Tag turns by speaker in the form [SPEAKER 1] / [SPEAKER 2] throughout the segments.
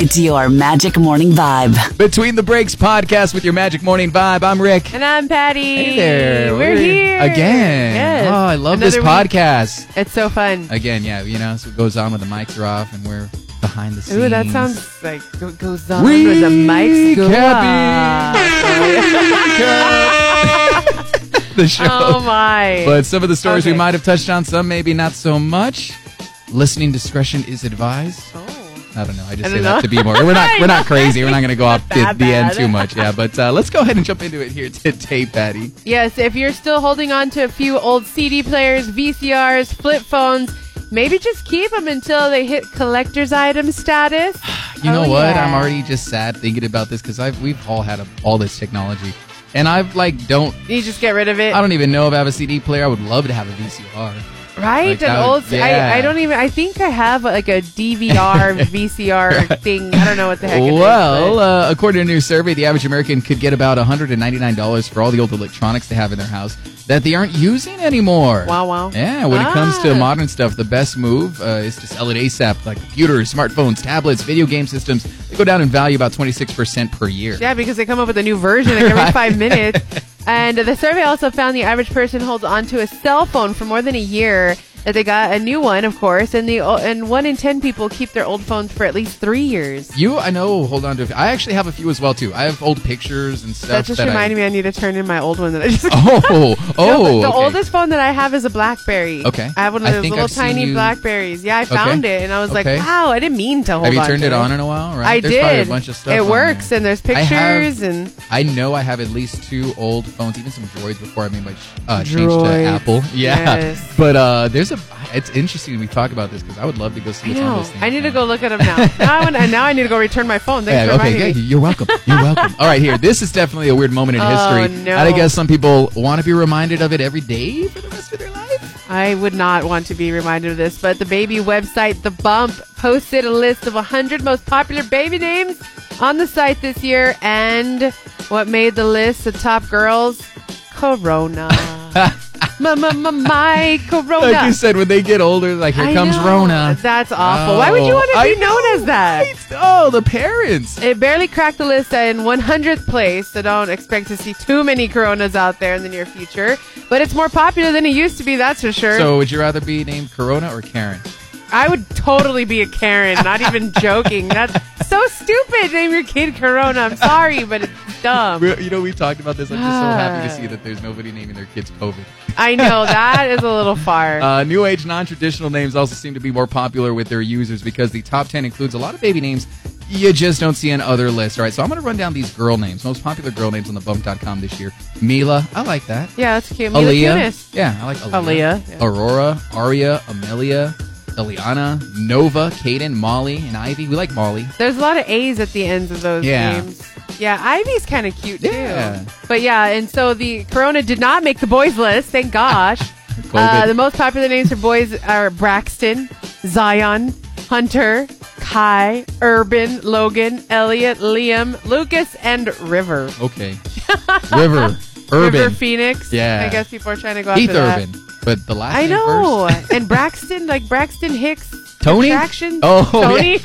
[SPEAKER 1] is your magic morning vibe.
[SPEAKER 2] Between the Breaks podcast with your Magic Morning Vibe. I'm Rick.
[SPEAKER 3] And I'm Patty.
[SPEAKER 2] Hey there.
[SPEAKER 3] We're, here.
[SPEAKER 2] Again.
[SPEAKER 3] Yes.
[SPEAKER 2] Oh, I love this
[SPEAKER 3] Another week.
[SPEAKER 2] podcast.
[SPEAKER 3] It's so fun.
[SPEAKER 2] Again, yeah, you know, so it goes on when the mics are off and we're behind the scenes.
[SPEAKER 3] Ooh, that sounds like go- goes on
[SPEAKER 2] We
[SPEAKER 3] when the mics go
[SPEAKER 2] can be- the show.
[SPEAKER 3] Oh my.
[SPEAKER 2] But some of the stories we
[SPEAKER 3] Okay.
[SPEAKER 2] might have touched on, some maybe not so much. Listening discretion is advised.
[SPEAKER 3] Oh.
[SPEAKER 2] I don't know. I just
[SPEAKER 3] I
[SPEAKER 2] say
[SPEAKER 3] don't
[SPEAKER 2] that
[SPEAKER 3] know.
[SPEAKER 2] to be more. We're not. We're not crazy. We're not going to go off the,
[SPEAKER 3] that
[SPEAKER 2] the end
[SPEAKER 3] bad.
[SPEAKER 2] too much. Yeah, but uh, let's go ahead and jump into it here today, Patty.
[SPEAKER 3] Yes, if you're still holding on to a few old CD players, VCRs, flip phones, maybe just keep them until they hit collector's item status.
[SPEAKER 2] You know
[SPEAKER 3] Oh,
[SPEAKER 2] what?
[SPEAKER 3] yeah.
[SPEAKER 2] I'm already just sad thinking about this because I've we've all had a, all this technology, and I've like don't.
[SPEAKER 3] You just get rid of it,
[SPEAKER 2] I don't even know if I have a CD player. I would love to have a VCR.
[SPEAKER 3] right?
[SPEAKER 2] like
[SPEAKER 3] An
[SPEAKER 2] that would-
[SPEAKER 3] old.
[SPEAKER 2] yeah.
[SPEAKER 3] I, I don't even. I think I have like a DVR, VCR thing. I don't know what the heck. it is, but-
[SPEAKER 2] Well, uh, according to a new survey, the average American could get about $199 for all the old electronics they have in their house that they aren't using anymore.
[SPEAKER 3] Wow, wow.
[SPEAKER 2] Yeah, when it comes to
[SPEAKER 3] Ah.
[SPEAKER 2] modern stuff, the best move uh, is to sell it ASAP, like computers, smartphones, tablets, video game systems. They go down in value about 26% per year.
[SPEAKER 3] Yeah, because they come up with a new version like every five minutes. And the survey also found the average person holds onto a cell phone for more than a year. That they got a new one, of course, and the and one in ten people keep their old phones for at least three years.
[SPEAKER 2] You, I know, hold on to a few. I actually have a few as well, too. I have old pictures and stuff.
[SPEAKER 3] That just
[SPEAKER 2] I-
[SPEAKER 3] reminded me I need to turn in my old one that I just.
[SPEAKER 2] Oh, oh.
[SPEAKER 3] the
[SPEAKER 2] okay.
[SPEAKER 3] oldest phone that I have is a BlackBerry.
[SPEAKER 2] Okay.
[SPEAKER 3] I have one
[SPEAKER 2] I
[SPEAKER 3] of those
[SPEAKER 2] think
[SPEAKER 3] little
[SPEAKER 2] I've seen
[SPEAKER 3] tiny
[SPEAKER 2] you-
[SPEAKER 3] BlackBerries. Yeah, I found it, and I was
[SPEAKER 2] Okay.
[SPEAKER 3] like, "Wow, I didn't mean to hold."
[SPEAKER 2] Have you
[SPEAKER 3] on
[SPEAKER 2] turned
[SPEAKER 3] to
[SPEAKER 2] it on in a while? Right?
[SPEAKER 3] I
[SPEAKER 2] There's
[SPEAKER 3] did.
[SPEAKER 2] Probably a bunch of stuff.
[SPEAKER 3] It
[SPEAKER 2] on
[SPEAKER 3] works,
[SPEAKER 2] there.
[SPEAKER 3] and there's
[SPEAKER 2] I have-
[SPEAKER 3] pictures, and
[SPEAKER 2] I know I have at least two old phones, even some droids before I made my ch- uh, change to
[SPEAKER 3] Droids.
[SPEAKER 2] Apple. Yeah,
[SPEAKER 3] Yes.
[SPEAKER 2] but uh, there's a. It's interesting we talk about this because I would love to go see
[SPEAKER 3] I
[SPEAKER 2] what's on
[SPEAKER 3] know.
[SPEAKER 2] those things.
[SPEAKER 3] I need to
[SPEAKER 2] now.
[SPEAKER 3] go look at them now. now, I wanna, now I need to go return my phone. Thanks
[SPEAKER 2] Yeah,
[SPEAKER 3] for
[SPEAKER 2] okay,
[SPEAKER 3] reminding
[SPEAKER 2] yeah,
[SPEAKER 3] me.
[SPEAKER 2] you're welcome. You're welcome. All right, here. This is definitely a weird moment in
[SPEAKER 3] Oh,
[SPEAKER 2] history.
[SPEAKER 3] no.
[SPEAKER 2] And I guess some people want to be reminded of it every day for the rest of their life.
[SPEAKER 3] I would not want to be reminded of this, but the baby website The Bump posted a list of 100 most popular baby names on the site this year, and what made the list the top girls? Corona. my, my, my, my Corona.
[SPEAKER 2] Like you said, when they get older, like here
[SPEAKER 3] I
[SPEAKER 2] comes
[SPEAKER 3] know.
[SPEAKER 2] Rona.
[SPEAKER 3] That's awful. Why would you want to
[SPEAKER 2] Oh,
[SPEAKER 3] be
[SPEAKER 2] I know,
[SPEAKER 3] known as that?
[SPEAKER 2] right? Oh, the parents.
[SPEAKER 3] It barely cracked the list in 100th place, so don't expect to see too many Coronas out there in the near future. But it's more popular than it used to be, that's for sure.
[SPEAKER 2] So, would you rather be named Corona or Karen?
[SPEAKER 3] I would totally be a Karen, not even joking. That's so stupid. Name your kid Corona. I'm sorry, but it's dumb.
[SPEAKER 2] We- You know, we talked about this. I'm just so happy to
[SPEAKER 3] Ah.
[SPEAKER 2] see that there's nobody naming their kids COVID.
[SPEAKER 3] I know that is a little far.
[SPEAKER 2] Uh, new age non traditional names also seem to be more popular with their users because the top 10 includes a lot of baby names you just don't see in other lists. All right, so I'm going to run down these girl names, most popular girl names on the bump.com this year. Mila, I like that.
[SPEAKER 3] yeah, that's cute. Mila
[SPEAKER 2] Aaliyah.
[SPEAKER 3] Kunis.
[SPEAKER 2] Yeah, I like Aaliyah.
[SPEAKER 3] Aaliyah, yeah.
[SPEAKER 2] Aurora, Aria, Amelia, Eliana, Nova, Kaden, Molly, and Ivy. We like Molly.
[SPEAKER 3] There's a lot of A's at the ends of those
[SPEAKER 2] Yeah.
[SPEAKER 3] names. Yeah, Ivy's kind of cute too.
[SPEAKER 2] Yeah.
[SPEAKER 3] But yeah, and so the Corona did not make the boys list. Thank gosh.
[SPEAKER 2] COVID.
[SPEAKER 3] Uh, the most popular names for boys are Braxton, Zion, Hunter, Kai, Urban, Logan, Elliot, Liam, Lucas, and River.
[SPEAKER 2] Okay. River. Urban.
[SPEAKER 3] River Phoenix.
[SPEAKER 2] Yeah.
[SPEAKER 3] I guess people are trying to go
[SPEAKER 2] Heath
[SPEAKER 3] after that.
[SPEAKER 2] Urban. But the last
[SPEAKER 3] I
[SPEAKER 2] name first.
[SPEAKER 3] know. and Braxton, like Braxton Hicks.
[SPEAKER 2] Tony?
[SPEAKER 3] Attraction?
[SPEAKER 2] Oh,
[SPEAKER 3] Tony.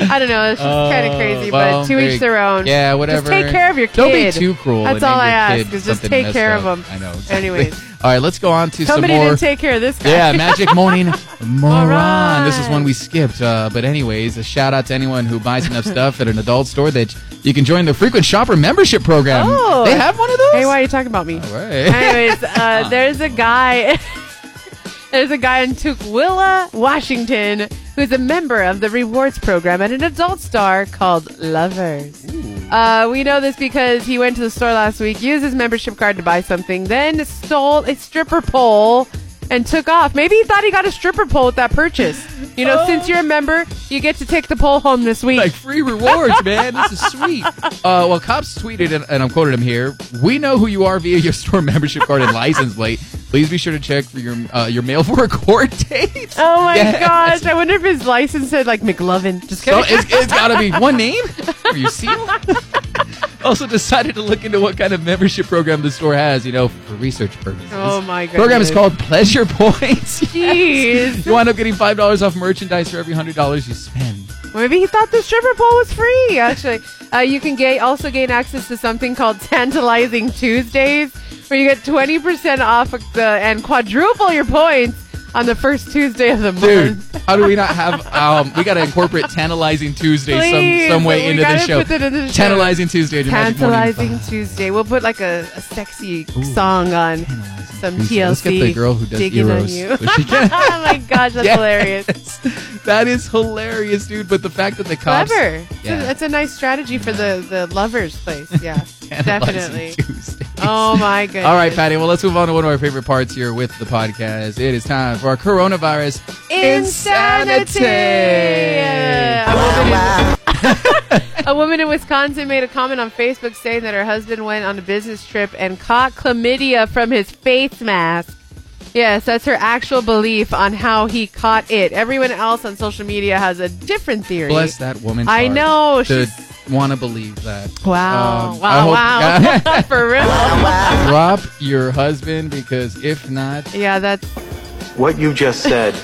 [SPEAKER 3] I don't know. It's just kind of
[SPEAKER 2] Oh,
[SPEAKER 3] crazy,
[SPEAKER 2] well,
[SPEAKER 3] but to
[SPEAKER 2] there
[SPEAKER 3] each
[SPEAKER 2] you-
[SPEAKER 3] their own.
[SPEAKER 2] Yeah, whatever.
[SPEAKER 3] Just take care of your kid.
[SPEAKER 2] Don't be too cruel.
[SPEAKER 3] That's
[SPEAKER 2] and name
[SPEAKER 3] all I
[SPEAKER 2] your
[SPEAKER 3] ask
[SPEAKER 2] kid
[SPEAKER 3] is just
[SPEAKER 2] something
[SPEAKER 3] take
[SPEAKER 2] messed
[SPEAKER 3] care
[SPEAKER 2] up.
[SPEAKER 3] of them.
[SPEAKER 2] I know. Exactly.
[SPEAKER 3] Anyways,
[SPEAKER 2] all right, let's go on to
[SPEAKER 3] somebody
[SPEAKER 2] some more.
[SPEAKER 3] didn't take care of this guy.
[SPEAKER 2] yeah, Magic Morning Moron.
[SPEAKER 3] Moron.
[SPEAKER 2] This is one we skipped. Uh, but, anyways, a shout out to anyone who buys enough stuff at an adult store that you can join the frequent shopper membership program.
[SPEAKER 3] Oh.
[SPEAKER 2] They have one of those?
[SPEAKER 3] Hey, why are you talking about me?
[SPEAKER 2] All right.
[SPEAKER 3] Anyways,
[SPEAKER 2] Ah.
[SPEAKER 3] uh, there's a guy. there's a guy in Tukwila, Washington, who's a member of the rewards program at an adult store called Lovers. Uh, we know this because he went to the store last week, used his membership card to buy something, then stole a stripper pole and took off. Maybe he thought he got a stripper pole with that purchase. You know, since you're a member, you get to take the pole home this week.
[SPEAKER 2] Oh. like free rewards, man. This is sweet. Uh, well, cops tweeted, and, and I'm quoting him here. We know who you are via your store membership card and license plate. Please be sure to check for your uh, your mail for a court date.
[SPEAKER 3] oh my
[SPEAKER 2] Yes.
[SPEAKER 3] gosh! I wonder if his license said like McLovin. Just
[SPEAKER 2] So
[SPEAKER 3] kidding.
[SPEAKER 2] it's, it's got to be one name. Are you sealed? also decided to look into what kind of membership program the store has. You know, for research purposes.
[SPEAKER 3] Oh my goodness.
[SPEAKER 2] Program is called Pleasure Points.
[SPEAKER 3] Jeez.
[SPEAKER 2] You wind up getting five dollars off merchandise for every hundred dollars you spend.
[SPEAKER 3] Maybe he thought the stripper pole was free. Actually, uh, you can ga- also gain access to something called Tantalizing Tuesdays, where you get twenty percent off of the and quadruple your points on the first Tuesday of the
[SPEAKER 2] Dude,
[SPEAKER 3] month.
[SPEAKER 2] how do we not have? Um, we got to incorporate Tantalizing Tuesday
[SPEAKER 3] Please,
[SPEAKER 2] some some way
[SPEAKER 3] we
[SPEAKER 2] into
[SPEAKER 3] gotta
[SPEAKER 2] this show.
[SPEAKER 3] put it into the show.
[SPEAKER 2] Tantalizing Tuesday. at your Magic Morning
[SPEAKER 3] Tantalizing
[SPEAKER 2] Five.
[SPEAKER 3] Tuesday. We'll put like a, a sexy song on some
[SPEAKER 2] Tuesday.
[SPEAKER 3] TLC.
[SPEAKER 2] Let's get the girl who does
[SPEAKER 3] digging
[SPEAKER 2] Eros.
[SPEAKER 3] on you.
[SPEAKER 2] She can-
[SPEAKER 3] oh my gosh, that's
[SPEAKER 2] Yes.
[SPEAKER 3] hilarious.
[SPEAKER 2] That is hilarious, dude. But the fact that the cops
[SPEAKER 3] Clever. It's,
[SPEAKER 2] Yeah.
[SPEAKER 3] a, that's a nice strategy for the, the lovers place. Yeah,
[SPEAKER 2] Tantalizing
[SPEAKER 3] definitely.
[SPEAKER 2] Tuesdays.
[SPEAKER 3] Oh my goodness.
[SPEAKER 2] All right, Patty. Well, let's move on to one of our favorite parts here with the podcast. It is time for our coronavirus
[SPEAKER 3] Insanity.
[SPEAKER 2] insanity.
[SPEAKER 3] A woman, in, a woman in Wisconsin made a comment on Facebook saying that her husband went on a business trip and caught chlamydia from his face mask. Yes, that's her actual belief on how he caught it. Everyone else on social media has a different theory.
[SPEAKER 2] Bless that woman.
[SPEAKER 3] I know,
[SPEAKER 2] To
[SPEAKER 3] she's- Oh
[SPEAKER 2] want to believe that.
[SPEAKER 3] Wow.
[SPEAKER 2] Um, I
[SPEAKER 3] wow,
[SPEAKER 2] hope-
[SPEAKER 3] wow. For real.
[SPEAKER 2] Drop your husband because if not,
[SPEAKER 3] Yeah, that's
[SPEAKER 4] What you just said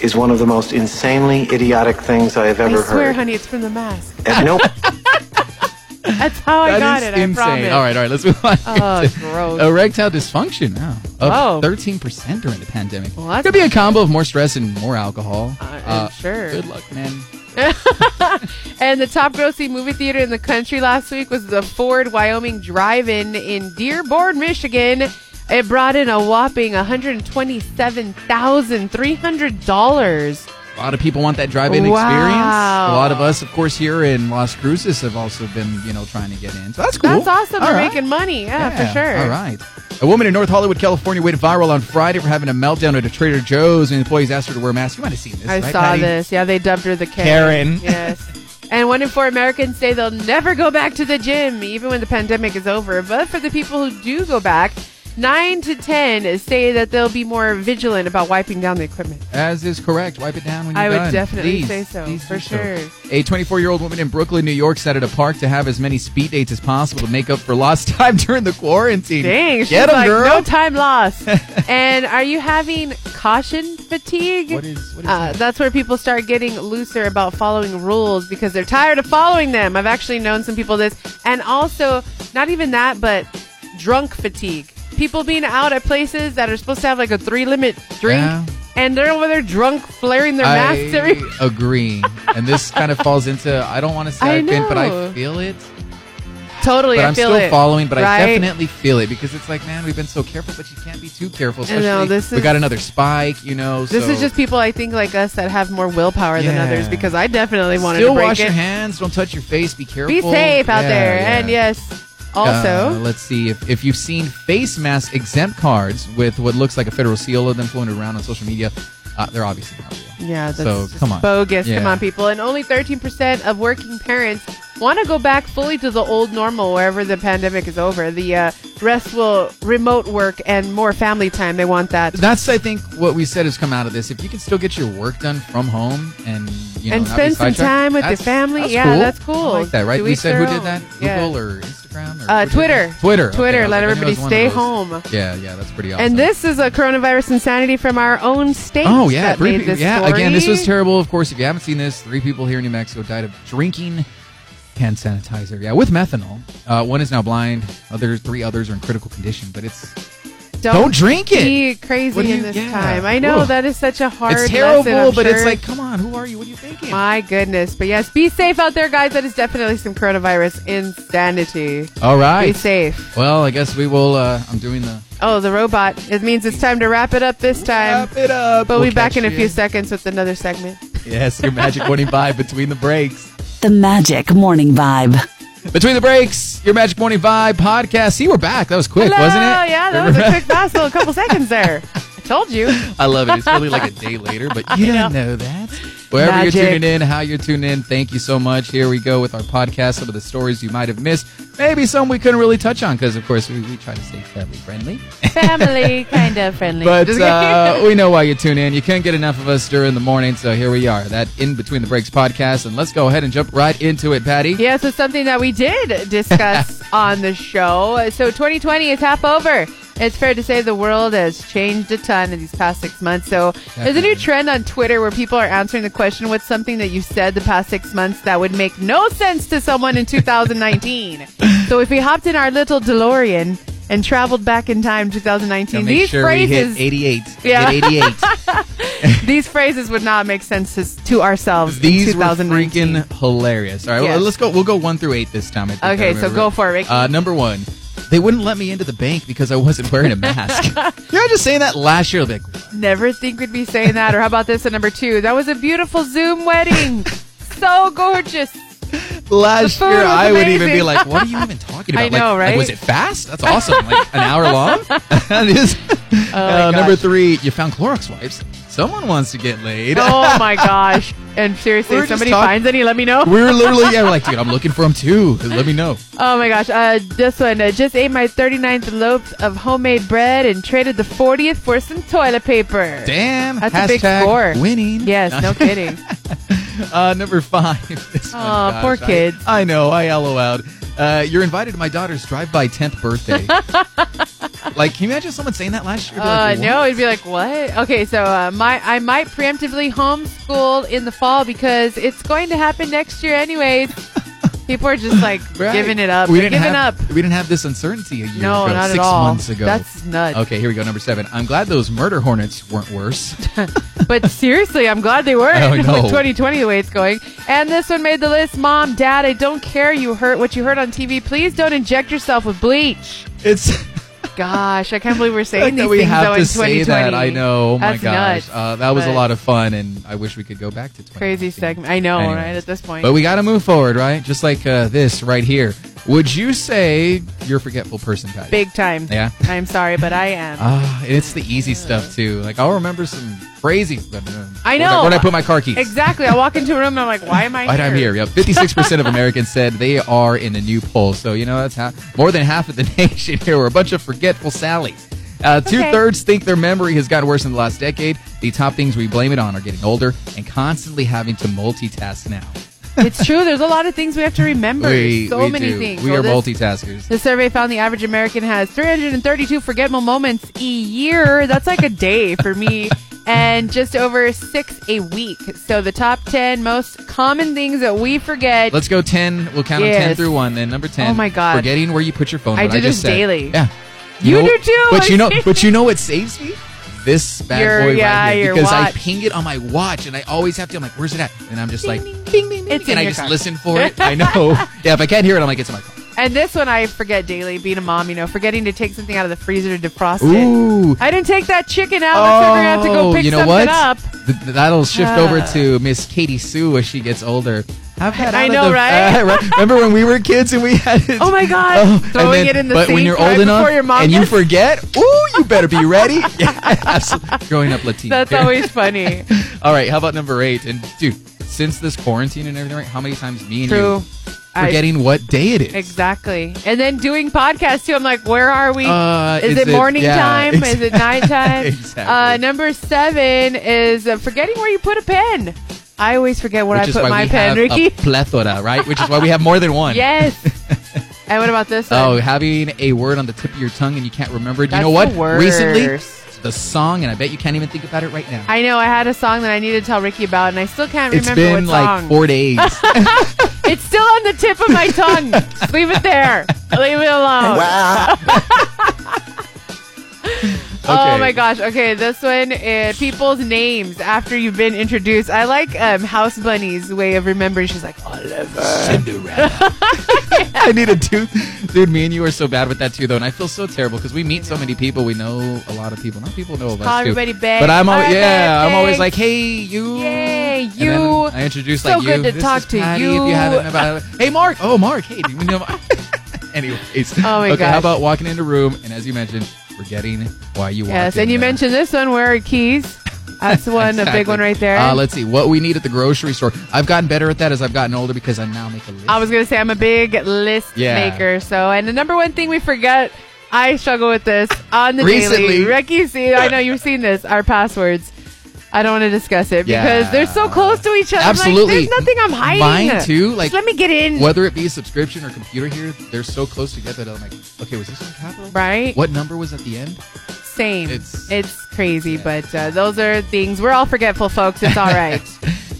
[SPEAKER 4] is one of the most insanely idiotic things I have ever
[SPEAKER 3] I swear,
[SPEAKER 4] heard.
[SPEAKER 3] honey, it's from the mask.
[SPEAKER 4] And no,
[SPEAKER 3] That's how Oh, I
[SPEAKER 2] that
[SPEAKER 3] got
[SPEAKER 2] is
[SPEAKER 3] it. I
[SPEAKER 2] insane.
[SPEAKER 3] promise.
[SPEAKER 2] All right, all right. Let's move on.
[SPEAKER 3] Oh,
[SPEAKER 2] to
[SPEAKER 3] gross.
[SPEAKER 2] Erectile dysfunction now
[SPEAKER 3] Oh.
[SPEAKER 2] up thirteen percent during the pandemic.
[SPEAKER 3] Well, that's-
[SPEAKER 2] Could be a combo of more stress and more alcohol. Uh,
[SPEAKER 3] I- I'm sure.
[SPEAKER 2] Good luck, man.
[SPEAKER 3] And the top grossing movie theater in the country last week was the Ford Wyoming Drive-In in Dearborn, Michigan. It brought in a whopping $127,300.
[SPEAKER 2] A lot of people want that drive-in
[SPEAKER 3] Wow.
[SPEAKER 2] experience. A lot of us, of course, here in Las Cruces have also been, you know, trying to get in. So that's cool.
[SPEAKER 3] That's awesome.
[SPEAKER 2] All
[SPEAKER 3] We're
[SPEAKER 2] right.
[SPEAKER 3] making money. Yeah, for sure.
[SPEAKER 2] All right. A woman in North Hollywood, California, went viral on Friday for having a meltdown at a Trader Joe's, and employees asked her to wear a mask. You might have seen this.
[SPEAKER 3] I
[SPEAKER 2] right,
[SPEAKER 3] saw
[SPEAKER 2] Patty?
[SPEAKER 3] this. Yeah, they dubbed her the
[SPEAKER 2] Karen.
[SPEAKER 3] Karen. Yes. And one in four Americans say they'll never go back to the gym, even when the pandemic is over. But for the people who do go back, nine to ten say that they'll be more vigilant about wiping down the equipment.
[SPEAKER 2] As is correct. Wipe it down when you're
[SPEAKER 3] I would
[SPEAKER 2] done.
[SPEAKER 3] definitely
[SPEAKER 2] Please,
[SPEAKER 3] say so,
[SPEAKER 2] please
[SPEAKER 3] for
[SPEAKER 2] do so.
[SPEAKER 3] sure.
[SPEAKER 2] A 24-year-old woman in Brooklyn, New York, sat at a park to have as many speed dates as possible to make up for lost time during the quarantine.
[SPEAKER 3] Dang, she's
[SPEAKER 2] Get 'em,
[SPEAKER 3] like,
[SPEAKER 2] girl.
[SPEAKER 3] no time lost. and are you having caution fatigue?
[SPEAKER 2] What is- what is
[SPEAKER 3] uh,
[SPEAKER 2] that?
[SPEAKER 3] That's where people start getting looser about following rules because they're tired of following them. I've actually known some people this. And also, not even that, but drunk fatigue. People being out at places that are supposed to have like a three limit drink,
[SPEAKER 2] Yeah.
[SPEAKER 3] and they're over there drunk, flaring their masks. Every-
[SPEAKER 2] I agree. and this kind of falls into I don't want to say
[SPEAKER 3] I
[SPEAKER 2] I've been, but I
[SPEAKER 3] know.
[SPEAKER 2] feel it.
[SPEAKER 3] totally,
[SPEAKER 2] But
[SPEAKER 3] I
[SPEAKER 2] I'm
[SPEAKER 3] feel
[SPEAKER 2] still
[SPEAKER 3] it.
[SPEAKER 2] following, but I
[SPEAKER 3] Right?
[SPEAKER 2] definitely feel it because it's like, man, we've been so careful, but you can't be too careful.
[SPEAKER 3] I know,
[SPEAKER 2] Especially
[SPEAKER 3] this
[SPEAKER 2] we
[SPEAKER 3] is-
[SPEAKER 2] got another spike, you know.
[SPEAKER 3] This
[SPEAKER 2] so
[SPEAKER 3] is just people I think like us that have more willpower than
[SPEAKER 2] Yeah.
[SPEAKER 3] others because I definitely wanted
[SPEAKER 2] still
[SPEAKER 3] to break
[SPEAKER 2] wash
[SPEAKER 3] it.
[SPEAKER 2] your hands, don't touch your face, be careful.
[SPEAKER 3] Be safe out
[SPEAKER 2] Yeah,
[SPEAKER 3] there.
[SPEAKER 2] yeah.
[SPEAKER 3] And yes,
[SPEAKER 2] Uh,
[SPEAKER 3] also,
[SPEAKER 2] let's see if, if you've seen face mask exempt cards with what looks like a federal seal of them floating around on social media. Uh, they're obviously not real.
[SPEAKER 3] yeah, that's
[SPEAKER 2] so,
[SPEAKER 3] just
[SPEAKER 2] come on.
[SPEAKER 3] bogus. Come
[SPEAKER 2] Yeah.
[SPEAKER 3] on, people. And only 13% of working parents want to go back fully to the old normal wherever the pandemic is over. The uh, rest will remote work and more family time. They want that.
[SPEAKER 2] That's I think what we said has come out of this. If you can still get your work done from home and you know
[SPEAKER 3] And
[SPEAKER 2] not be
[SPEAKER 3] spend some
[SPEAKER 2] sidetracked,
[SPEAKER 3] time with your
[SPEAKER 2] that's-
[SPEAKER 3] family.
[SPEAKER 2] that's
[SPEAKER 3] Yeah,
[SPEAKER 2] cool.
[SPEAKER 3] that's cool.
[SPEAKER 2] I like that, right?
[SPEAKER 3] Do
[SPEAKER 2] we
[SPEAKER 3] each
[SPEAKER 2] said
[SPEAKER 3] their
[SPEAKER 2] who
[SPEAKER 3] own.
[SPEAKER 2] did that?
[SPEAKER 3] Yeah.
[SPEAKER 2] Google or Instagram or
[SPEAKER 3] Uh,
[SPEAKER 2] who did
[SPEAKER 3] Twitter.
[SPEAKER 2] that? Twitter. Okay,
[SPEAKER 3] Twitter.
[SPEAKER 2] I was like,
[SPEAKER 3] Let
[SPEAKER 2] I knew it
[SPEAKER 3] everybody
[SPEAKER 2] was one of
[SPEAKER 3] stay
[SPEAKER 2] those.
[SPEAKER 3] home.
[SPEAKER 2] Yeah, yeah, that's pretty awesome.
[SPEAKER 3] And this is a coronavirus insanity from our own state.
[SPEAKER 2] Oh yeah,
[SPEAKER 3] that
[SPEAKER 2] three
[SPEAKER 3] made
[SPEAKER 2] people.
[SPEAKER 3] this
[SPEAKER 2] Yeah, again, this was
[SPEAKER 3] story.
[SPEAKER 2] terrible. Of course, if you haven't seen this, three people here in New Mexico died of drinking hand sanitizer. Yeah, with methanol. Uh, one is now blind. Other three others are in critical condition. But it's Don't drink it.
[SPEAKER 3] Be crazy
[SPEAKER 2] What do
[SPEAKER 3] in
[SPEAKER 2] you-
[SPEAKER 3] this
[SPEAKER 2] yeah.
[SPEAKER 3] time. I know
[SPEAKER 2] Ugh.
[SPEAKER 3] that is such a hard.
[SPEAKER 2] it's terrible.
[SPEAKER 3] lesson, I'm
[SPEAKER 2] but it's
[SPEAKER 3] sure.
[SPEAKER 2] like, come on, who are you? What are you thinking?
[SPEAKER 3] My goodness. But yes, be safe out there, guys. That is definitely some coronavirus insanity.
[SPEAKER 2] All
[SPEAKER 3] Be
[SPEAKER 2] right.
[SPEAKER 3] safe.
[SPEAKER 2] Well, I guess we will. Uh, I'm doing the
[SPEAKER 3] Oh, the robot. It means it's time to wrap it up this time.
[SPEAKER 2] wrap it up.
[SPEAKER 3] But we'll be back
[SPEAKER 2] catch
[SPEAKER 3] in a
[SPEAKER 2] you
[SPEAKER 3] few seconds with another segment.
[SPEAKER 2] Yes, your magic morning vibe between the breaks.
[SPEAKER 1] The Magic Morning Vibe.
[SPEAKER 2] Between the breaks, your magic morning vibe podcast. See, we're back. That was quick,
[SPEAKER 3] Hello.
[SPEAKER 2] wasn't it?
[SPEAKER 3] Yeah, that was a quick fast little couple seconds there. I told you.
[SPEAKER 2] I love it. It's really like a day later, but you don't know that. Wherever you're
[SPEAKER 3] Magic.
[SPEAKER 2] tuning in, how you're tuning in, thank you so much. Here we go with our podcast. Some of the stories you might have missed. Maybe some we couldn't really touch on because, of course, we, we try to stay family friendly.
[SPEAKER 3] Family kind of friendly.
[SPEAKER 2] But
[SPEAKER 3] Just
[SPEAKER 2] uh,
[SPEAKER 3] kidding.
[SPEAKER 2] we know why you tune in. You can't get enough of us during the morning, so here we are. That in between the breaks podcast, and let's go ahead and jump right into it, Patty.
[SPEAKER 3] Yeah, so something that we did discuss on the show. So 2020 is half over. It's fair to say the world has changed a ton in these past six months. So there's a
[SPEAKER 2] Definitely.
[SPEAKER 3] new trend on Twitter where people are answering the question what's something that you said the past six months that would make no sense to someone in 2019? so if we hopped in our little DeLorean and traveled back in time 2019,
[SPEAKER 2] Now make
[SPEAKER 3] these
[SPEAKER 2] sure
[SPEAKER 3] phrases
[SPEAKER 2] we hit 88.
[SPEAKER 3] Yeah.
[SPEAKER 2] Hit 88.
[SPEAKER 3] these phrases would not make sense to, to ourselves in
[SPEAKER 2] These were
[SPEAKER 3] 2019.
[SPEAKER 2] freaking hilarious. All right,
[SPEAKER 3] Yes.
[SPEAKER 2] well, let's go. We'll go one through eight this time. I think. I
[SPEAKER 3] Okay, so
[SPEAKER 2] remember
[SPEAKER 3] go for it, Ricky.
[SPEAKER 2] Uh, number one, they wouldn't let me into the bank because I wasn't wearing a mask. You're just saying that last year. Like,
[SPEAKER 3] Never think we'd be saying that. Or how about this at number two? That was a beautiful Zoom wedding. so gorgeous.
[SPEAKER 2] last
[SPEAKER 3] The food
[SPEAKER 2] year,
[SPEAKER 3] was
[SPEAKER 2] I would even be
[SPEAKER 3] amazing.
[SPEAKER 2] like, "What are you even talking
[SPEAKER 3] I
[SPEAKER 2] about?"
[SPEAKER 3] know,
[SPEAKER 2] like,
[SPEAKER 3] right?
[SPEAKER 2] like, was it fast? That's awesome. Like an hour long. that is. uh, number
[SPEAKER 3] Oh gosh.
[SPEAKER 2] three, you found Clorox wipes. Someone wants to get laid.
[SPEAKER 3] Oh my gosh. And seriously,
[SPEAKER 2] We were
[SPEAKER 3] if
[SPEAKER 2] just
[SPEAKER 3] somebody
[SPEAKER 2] talk-
[SPEAKER 3] finds any, let me know.
[SPEAKER 2] We were literally, yeah, we're like, dude, I'm looking for them too. Let me know.
[SPEAKER 3] Oh my gosh. Uh, this one. Uh, just ate my 39th loaf of homemade bread and traded the 40th for some toilet paper.
[SPEAKER 2] Damn,
[SPEAKER 3] That's a
[SPEAKER 2] hashtag
[SPEAKER 3] big score.
[SPEAKER 2] winning.
[SPEAKER 3] Yes, no kidding.
[SPEAKER 2] Uh, number five. This one,
[SPEAKER 3] Aw,
[SPEAKER 2] gosh,
[SPEAKER 3] poor
[SPEAKER 2] I-
[SPEAKER 3] kids.
[SPEAKER 2] I, know. I LOL'd. Uh, you're invited to my daughter's drive-by 10th birthday. like, can you imagine someone saying that last year? Be
[SPEAKER 3] Uh,
[SPEAKER 2] like,
[SPEAKER 3] no,
[SPEAKER 2] what?
[SPEAKER 3] it'd be like what? Okay, so uh, my I might preemptively homeschool in the fall because it's going to happen next year anyways. People are just like
[SPEAKER 2] Right.
[SPEAKER 3] giving it up.
[SPEAKER 2] We
[SPEAKER 3] They're
[SPEAKER 2] didn't
[SPEAKER 3] giving
[SPEAKER 2] have,
[SPEAKER 3] up.
[SPEAKER 2] We didn't have this uncertainty a year
[SPEAKER 3] No,
[SPEAKER 2] ago,
[SPEAKER 3] not at
[SPEAKER 2] six
[SPEAKER 3] all.
[SPEAKER 2] months ago.
[SPEAKER 3] That's nuts.
[SPEAKER 2] Okay, here we go. Number seven. I'm glad those murder hornets weren't worse.
[SPEAKER 3] But seriously, I'm glad they weren't.
[SPEAKER 2] I know.
[SPEAKER 3] With 2020 the way it's going. And this one made the list. Mom, Dad, I don't care. You heard what you heard on TV. Please don't inject yourself with bleach.
[SPEAKER 2] it's.
[SPEAKER 3] Gosh, I can't believe we're saying
[SPEAKER 2] like
[SPEAKER 3] these
[SPEAKER 2] that we
[SPEAKER 3] things
[SPEAKER 2] have
[SPEAKER 3] though
[SPEAKER 2] to
[SPEAKER 3] in
[SPEAKER 2] say
[SPEAKER 3] 2020.
[SPEAKER 2] that. I know. Oh my
[SPEAKER 3] That's
[SPEAKER 2] gosh,
[SPEAKER 3] nuts.
[SPEAKER 2] uh, that was a
[SPEAKER 3] But
[SPEAKER 2] lot of fun, and I wish we could go back to 2019.
[SPEAKER 3] Crazy segment. I know,
[SPEAKER 2] Anyways.
[SPEAKER 3] right? At this point.
[SPEAKER 2] but we got to move forward, right? Just like uh, this right here. Would you say you're a forgetful person, guys?
[SPEAKER 3] Big time.
[SPEAKER 2] Yeah.
[SPEAKER 3] I'm sorry, but I am.
[SPEAKER 2] Ah, and it's the easy stuff too. Like I'll remember some crazy. Stuff.
[SPEAKER 3] I
[SPEAKER 2] Where'd
[SPEAKER 3] know.
[SPEAKER 2] Where'd I put my car keys?
[SPEAKER 3] Exactly. I walk into a room and I'm like, why am I
[SPEAKER 2] Right,
[SPEAKER 3] here?
[SPEAKER 2] I'm here. Yep. 56% of Americans said they are in a new poll. So, you know, that's how more than half of the nation here were a bunch of forgetful Sallys. Uh, Two thirds think their memory has gotten worse in the last decade. The top things we blame it on are getting older and constantly having to multitask now.
[SPEAKER 3] It's true. There's a lot of things we have to remember.
[SPEAKER 2] We,
[SPEAKER 3] so
[SPEAKER 2] we
[SPEAKER 3] many
[SPEAKER 2] do.
[SPEAKER 3] things.
[SPEAKER 2] We
[SPEAKER 3] Well,
[SPEAKER 2] are
[SPEAKER 3] this-
[SPEAKER 2] multitaskers.
[SPEAKER 3] The survey found the average American has 332 forgetful moments a year. That's like a day for me, and just over six a week. So the top 10 most common things that we forget.
[SPEAKER 2] Let's go 10. We'll count on 10
[SPEAKER 3] Yes.
[SPEAKER 2] through 1. Then number 10.
[SPEAKER 3] Oh my God.
[SPEAKER 2] Forgetting where you put your phone.
[SPEAKER 3] I
[SPEAKER 2] what
[SPEAKER 3] do
[SPEAKER 2] I just
[SPEAKER 3] this
[SPEAKER 2] said.
[SPEAKER 3] daily.
[SPEAKER 2] Yeah.
[SPEAKER 3] You do too,
[SPEAKER 2] But
[SPEAKER 3] I
[SPEAKER 2] you know,
[SPEAKER 3] see.
[SPEAKER 2] but you know what saves me? This bad
[SPEAKER 3] Your-
[SPEAKER 2] boy
[SPEAKER 3] yeah,
[SPEAKER 2] right here
[SPEAKER 3] your
[SPEAKER 2] because I
[SPEAKER 3] watch.
[SPEAKER 2] ping it on my watch and I always have to. I'm like, where's it at? And I'm just like, ding, ding, ding,
[SPEAKER 3] It's in
[SPEAKER 2] and I
[SPEAKER 3] your
[SPEAKER 2] just
[SPEAKER 3] car.
[SPEAKER 2] listen for it. I know. yeah, if I can't hear it, I'm like, it's in my car.
[SPEAKER 3] and this one I forget daily. Being a mom, you know, forgetting to take something out of the freezer to defrost it.
[SPEAKER 2] Ooh.
[SPEAKER 3] I didn't take that chicken out. Looks like we're gonna have to go
[SPEAKER 2] Oh,
[SPEAKER 3] pick
[SPEAKER 2] you know
[SPEAKER 3] something
[SPEAKER 2] what?
[SPEAKER 3] up.
[SPEAKER 2] Th- th- that'll shift over
[SPEAKER 3] Ah.
[SPEAKER 2] to Miss Katie Sue as she gets older. Have that
[SPEAKER 3] I
[SPEAKER 2] out of
[SPEAKER 3] know,
[SPEAKER 2] the- uh,
[SPEAKER 3] right?
[SPEAKER 2] right? Remember when we were kids and we had it?
[SPEAKER 3] Oh my God.
[SPEAKER 2] and
[SPEAKER 3] Throwing it in the
[SPEAKER 2] But when
[SPEAKER 3] sink
[SPEAKER 2] you're
[SPEAKER 3] right
[SPEAKER 2] old enough
[SPEAKER 3] before your mom
[SPEAKER 2] and you
[SPEAKER 3] does.
[SPEAKER 2] forget, ooh, you better be ready. yeah, absolutely. Growing up Latino.
[SPEAKER 3] That's
[SPEAKER 2] parent.
[SPEAKER 3] always funny.
[SPEAKER 2] All right, how about number eight? And dude, since this quarantine and everything, right? How many times me and
[SPEAKER 3] True.
[SPEAKER 2] you forgetting what day it is?
[SPEAKER 3] I, exactly. And then doing podcasts too. I'm like, where are we?
[SPEAKER 2] Uh,
[SPEAKER 3] is,
[SPEAKER 2] is
[SPEAKER 3] it,
[SPEAKER 2] it-
[SPEAKER 3] morning
[SPEAKER 2] yeah,
[SPEAKER 3] time? Is it
[SPEAKER 2] exactly.
[SPEAKER 3] nighttime?
[SPEAKER 2] Exactly.
[SPEAKER 3] Uh, number seven is uh, forgetting where you put a pen. I always forget where
[SPEAKER 2] Which
[SPEAKER 3] I
[SPEAKER 2] is
[SPEAKER 3] put
[SPEAKER 2] why
[SPEAKER 3] my
[SPEAKER 2] we
[SPEAKER 3] pen,
[SPEAKER 2] have
[SPEAKER 3] Ricky.
[SPEAKER 2] a plethora, right? Which is why we have more than one.
[SPEAKER 3] yes. and what about this?
[SPEAKER 2] Oh,
[SPEAKER 3] one?
[SPEAKER 2] having a word on the tip of your tongue and you can't remember it. You
[SPEAKER 3] That's
[SPEAKER 2] know what?
[SPEAKER 3] the worst.
[SPEAKER 2] Recently, the song, and I bet you can't even think about it right now.
[SPEAKER 3] I know I had a song that I need to tell Ricky about, and I still can't
[SPEAKER 2] it's
[SPEAKER 3] remember
[SPEAKER 2] been
[SPEAKER 3] what
[SPEAKER 2] like
[SPEAKER 3] song.
[SPEAKER 2] four days.
[SPEAKER 3] it's still on the tip of my tongue. Just Leave it there. Leave it alone. Oh
[SPEAKER 2] Okay.
[SPEAKER 3] my gosh. Okay, this one is people's names after you've been introduced. I like um, House Bunny's way of remembering. She's like, Oliver.
[SPEAKER 2] Cinderella. I need a tooth. Dude, me and you are so bad with that too, though, and I feel so terrible because we meet so many people. We know a lot of people. Not people know of us
[SPEAKER 3] call
[SPEAKER 2] too.
[SPEAKER 3] everybody back.
[SPEAKER 2] But I'm always,
[SPEAKER 3] All right,
[SPEAKER 2] yeah,
[SPEAKER 3] back,
[SPEAKER 2] I'm always
[SPEAKER 3] thanks.
[SPEAKER 2] like, hey, you.
[SPEAKER 3] Yay,
[SPEAKER 2] And
[SPEAKER 3] you.
[SPEAKER 2] then I introduce
[SPEAKER 3] So
[SPEAKER 2] like you.
[SPEAKER 3] good to
[SPEAKER 2] This
[SPEAKER 3] talk
[SPEAKER 2] is
[SPEAKER 3] to
[SPEAKER 2] Patty, If
[SPEAKER 3] you.
[SPEAKER 2] you haven't, about, hey, Mark. Oh, Mark. Hey, do you know? Mark? Anyways.
[SPEAKER 3] Oh my
[SPEAKER 2] okay,
[SPEAKER 3] gosh.
[SPEAKER 2] How about walking into a room and as you mentioned, forgetting why you walked.
[SPEAKER 3] Yes,
[SPEAKER 2] in
[SPEAKER 3] and you
[SPEAKER 2] there.
[SPEAKER 3] mentioned this one. Where are keys? That's one, a
[SPEAKER 2] Exactly.
[SPEAKER 3] big one right there.
[SPEAKER 2] Uh, let's see what we need at the grocery store. I've gotten better at that as I've gotten older because I now make a list.
[SPEAKER 3] I was gonna say I'm a big list
[SPEAKER 2] Yeah.
[SPEAKER 3] maker. So, and the number one thing we forget, I struggle with this on the
[SPEAKER 2] Recently.
[SPEAKER 3] daily. Ricky, see, I know you've seen this. Our passwords. I don't want to discuss it
[SPEAKER 2] Yeah.
[SPEAKER 3] because they're so close to each other. I'm like,
[SPEAKER 2] Absolutely.
[SPEAKER 3] There's nothing I'm hiding.
[SPEAKER 2] Mine too. Like
[SPEAKER 3] Just let me get in.
[SPEAKER 2] Whether it be a subscription or computer here, they're so close together that I'm like, okay, was this one capitalized?
[SPEAKER 3] Right?
[SPEAKER 2] What number was at the end?
[SPEAKER 3] Same.
[SPEAKER 2] It's-
[SPEAKER 3] It's, crazy, but uh, those are things. We're all forgetful, folks. It's all right.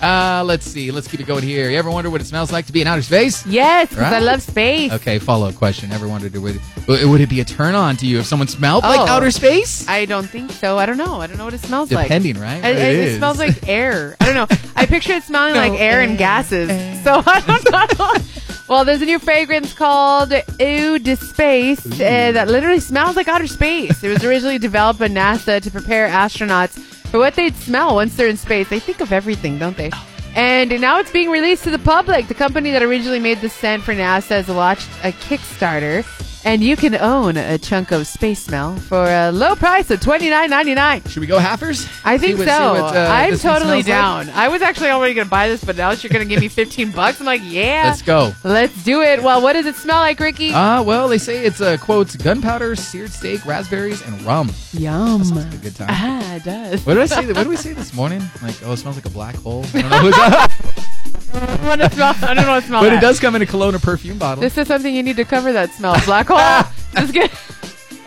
[SPEAKER 2] Uh, let's see. Let's keep it going here. You ever wonder what it smells like to be in outer space?
[SPEAKER 3] yes, because I
[SPEAKER 2] Right. Uh,
[SPEAKER 3] love space.
[SPEAKER 2] Okay, follow up question. Ever wondered would it, would it be a turn on to you if someone smelled like
[SPEAKER 3] Oh.
[SPEAKER 2] outer space?
[SPEAKER 3] I don't think so. I don't know. I don't know what it smells like.
[SPEAKER 2] Depending, right?
[SPEAKER 3] I- I- it,
[SPEAKER 2] is.
[SPEAKER 3] smells like air. I don't know. I picture it smelling
[SPEAKER 2] No, eh,
[SPEAKER 3] like air,
[SPEAKER 2] air,
[SPEAKER 3] and gases. So I don't know. well, there's a new fragrance called Eau de Space uh, that literally smells like outer space. It was originally developed by NASA to prepare astronauts for what they'd smell once they're in space. They think of everything, don't they? And now it's being released to the public. The company that originally made the scent for NASA has launched a Kickstarter, and you can own a chunk of space smell for a low price of twenty nine ninety nine.
[SPEAKER 2] Should we go halfers?
[SPEAKER 3] I think
[SPEAKER 2] See what- see
[SPEAKER 3] so.
[SPEAKER 2] what, uh,
[SPEAKER 3] I'm
[SPEAKER 2] this one
[SPEAKER 3] totally
[SPEAKER 2] smells like?
[SPEAKER 3] down. I was actually already going to buy this, but now that you're going to give me 15 bucks, I'm like, yeah.
[SPEAKER 2] Let's go.
[SPEAKER 3] Let's do it. Well, what does it smell like, Ricky?
[SPEAKER 2] Uh, well, they say it's uh, quotes gunpowder, seared steak, raspberries, and rum.
[SPEAKER 3] Yum.
[SPEAKER 2] Sounds like a good time.
[SPEAKER 3] Ah, it does.
[SPEAKER 2] What did I say? What did we say this morning? Like, oh, it smells like a black hole. I don't know who's up.
[SPEAKER 3] I don't want to smell. I don't want to smell
[SPEAKER 2] but it
[SPEAKER 3] that.
[SPEAKER 2] does come in a cologne or perfume bottle.
[SPEAKER 3] This is something you need to cover that smell. Black
[SPEAKER 2] Ah!
[SPEAKER 3] hole. Just get-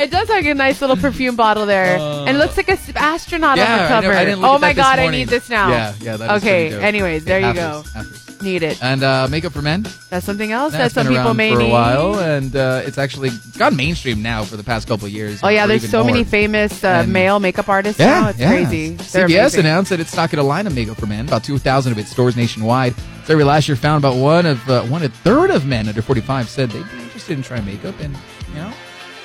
[SPEAKER 3] It does have a nice little perfume bottle there,
[SPEAKER 2] Uh,
[SPEAKER 3] and it looks like an astronaut
[SPEAKER 2] yeah,
[SPEAKER 3] on the
[SPEAKER 2] I know-
[SPEAKER 3] cover.
[SPEAKER 2] I didn't look
[SPEAKER 3] oh
[SPEAKER 2] at
[SPEAKER 3] my
[SPEAKER 2] that this
[SPEAKER 3] god, I
[SPEAKER 2] morning.
[SPEAKER 3] need this now.
[SPEAKER 2] Yeah, yeah. That is
[SPEAKER 3] okay.
[SPEAKER 2] pretty dope.
[SPEAKER 3] anyways, there you go.
[SPEAKER 2] Halfers, halfers.
[SPEAKER 3] Need it.
[SPEAKER 2] And uh, makeup for men.
[SPEAKER 3] That's something else that
[SPEAKER 2] That's
[SPEAKER 3] some
[SPEAKER 2] been
[SPEAKER 3] people
[SPEAKER 2] around
[SPEAKER 3] may
[SPEAKER 2] for a
[SPEAKER 3] need.
[SPEAKER 2] while, and uh, it's actually it's gone mainstream now for the past couple of years.
[SPEAKER 3] Oh yeah,
[SPEAKER 2] or
[SPEAKER 3] there's
[SPEAKER 2] even
[SPEAKER 3] so many
[SPEAKER 2] more.
[SPEAKER 3] famous uh,
[SPEAKER 2] And-
[SPEAKER 3] male makeup artists
[SPEAKER 2] Yeah,
[SPEAKER 3] now. Oh, It's
[SPEAKER 2] yeah.
[SPEAKER 3] crazy. They're
[SPEAKER 2] CBS
[SPEAKER 3] amazing.
[SPEAKER 2] announced that it's stocking a line of makeup for men, about 2,000 of its stores nationwide. Survey last year found about one of uh, one a third of men under 45 said they'd be interested in trying makeup, and you know,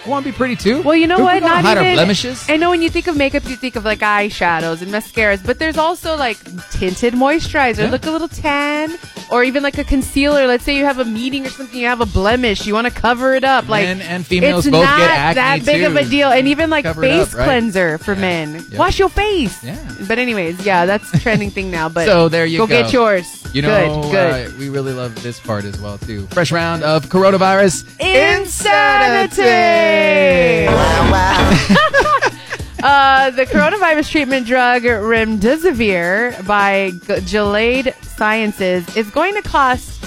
[SPEAKER 2] I want to be pretty too.
[SPEAKER 3] Well, you know
[SPEAKER 2] If we
[SPEAKER 3] what?
[SPEAKER 2] wanna
[SPEAKER 3] Not
[SPEAKER 2] hide
[SPEAKER 3] even.
[SPEAKER 2] our blemishes.
[SPEAKER 3] I know when you think of makeup, you think of like eyeshadows and mascaras, but there's also like tinted moisturizer.
[SPEAKER 2] Yeah.
[SPEAKER 3] Look a little tan, or even like a concealer. Let's say you have a meeting or something, you have a blemish, you want to cover it up. Like
[SPEAKER 2] Men and females
[SPEAKER 3] it's
[SPEAKER 2] both
[SPEAKER 3] not
[SPEAKER 2] get acne,
[SPEAKER 3] that big of a
[SPEAKER 2] too.
[SPEAKER 3] deal. And even like
[SPEAKER 2] Cover it
[SPEAKER 3] face
[SPEAKER 2] up, right?
[SPEAKER 3] cleanser for
[SPEAKER 2] Yeah.
[SPEAKER 3] men.
[SPEAKER 2] Yep.
[SPEAKER 3] Wash your face.
[SPEAKER 2] Yeah.
[SPEAKER 3] But anyways, yeah, that's a trending thing now. But
[SPEAKER 2] So there you
[SPEAKER 3] go.
[SPEAKER 2] go.
[SPEAKER 3] get yours.
[SPEAKER 2] you know,
[SPEAKER 3] good, good.
[SPEAKER 2] Uh, we really love this part as well too. Fresh round of coronavirus
[SPEAKER 3] Insanity! Uh, the coronavirus treatment drug remdesivir by G- Gilead Sciences is going to cost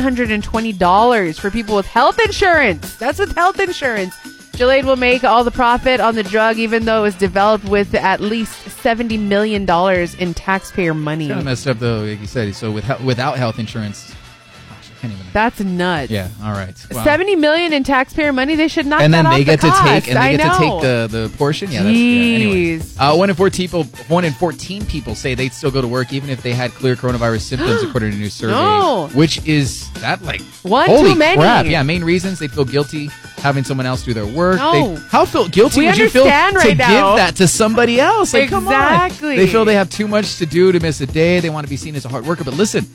[SPEAKER 3] $3,120 for people with health insurance. That's with health insurance. Gilead will make all the profit on the drug, even though it was developed with at least $70 million in taxpayer money.
[SPEAKER 2] Kind of messed up though, like you said. So with, without health insurance, gosh, I can't even.
[SPEAKER 3] That's nuts.
[SPEAKER 2] yeah, all right. Wow.
[SPEAKER 3] Seventy million in taxpayer money. They should not.
[SPEAKER 2] and then
[SPEAKER 3] that
[SPEAKER 2] they
[SPEAKER 3] off
[SPEAKER 2] get
[SPEAKER 3] the
[SPEAKER 2] to take
[SPEAKER 3] cost.
[SPEAKER 2] and they
[SPEAKER 3] I
[SPEAKER 2] get to
[SPEAKER 3] know.
[SPEAKER 2] take the, the portion. Yeah, that's, yeah. Anyways,
[SPEAKER 3] Jeez.
[SPEAKER 2] uh, one in four people, one in fourteen people say they'd still go to work even if they had clear coronavirus symptoms, according to a new survey.
[SPEAKER 3] No.
[SPEAKER 2] Which is that like
[SPEAKER 3] One
[SPEAKER 2] holy
[SPEAKER 3] too many.
[SPEAKER 2] crap? Yeah, main reasons they feel guilty having someone else do their work.
[SPEAKER 3] No.
[SPEAKER 2] They, how feel guilty
[SPEAKER 3] We
[SPEAKER 2] would you feel
[SPEAKER 3] understand
[SPEAKER 2] to
[SPEAKER 3] right now.
[SPEAKER 2] give that to somebody else? Like, come on.
[SPEAKER 3] Exactly.
[SPEAKER 2] They feel they have too much to do to miss a day. They want to be seen as a hard worker. But listen,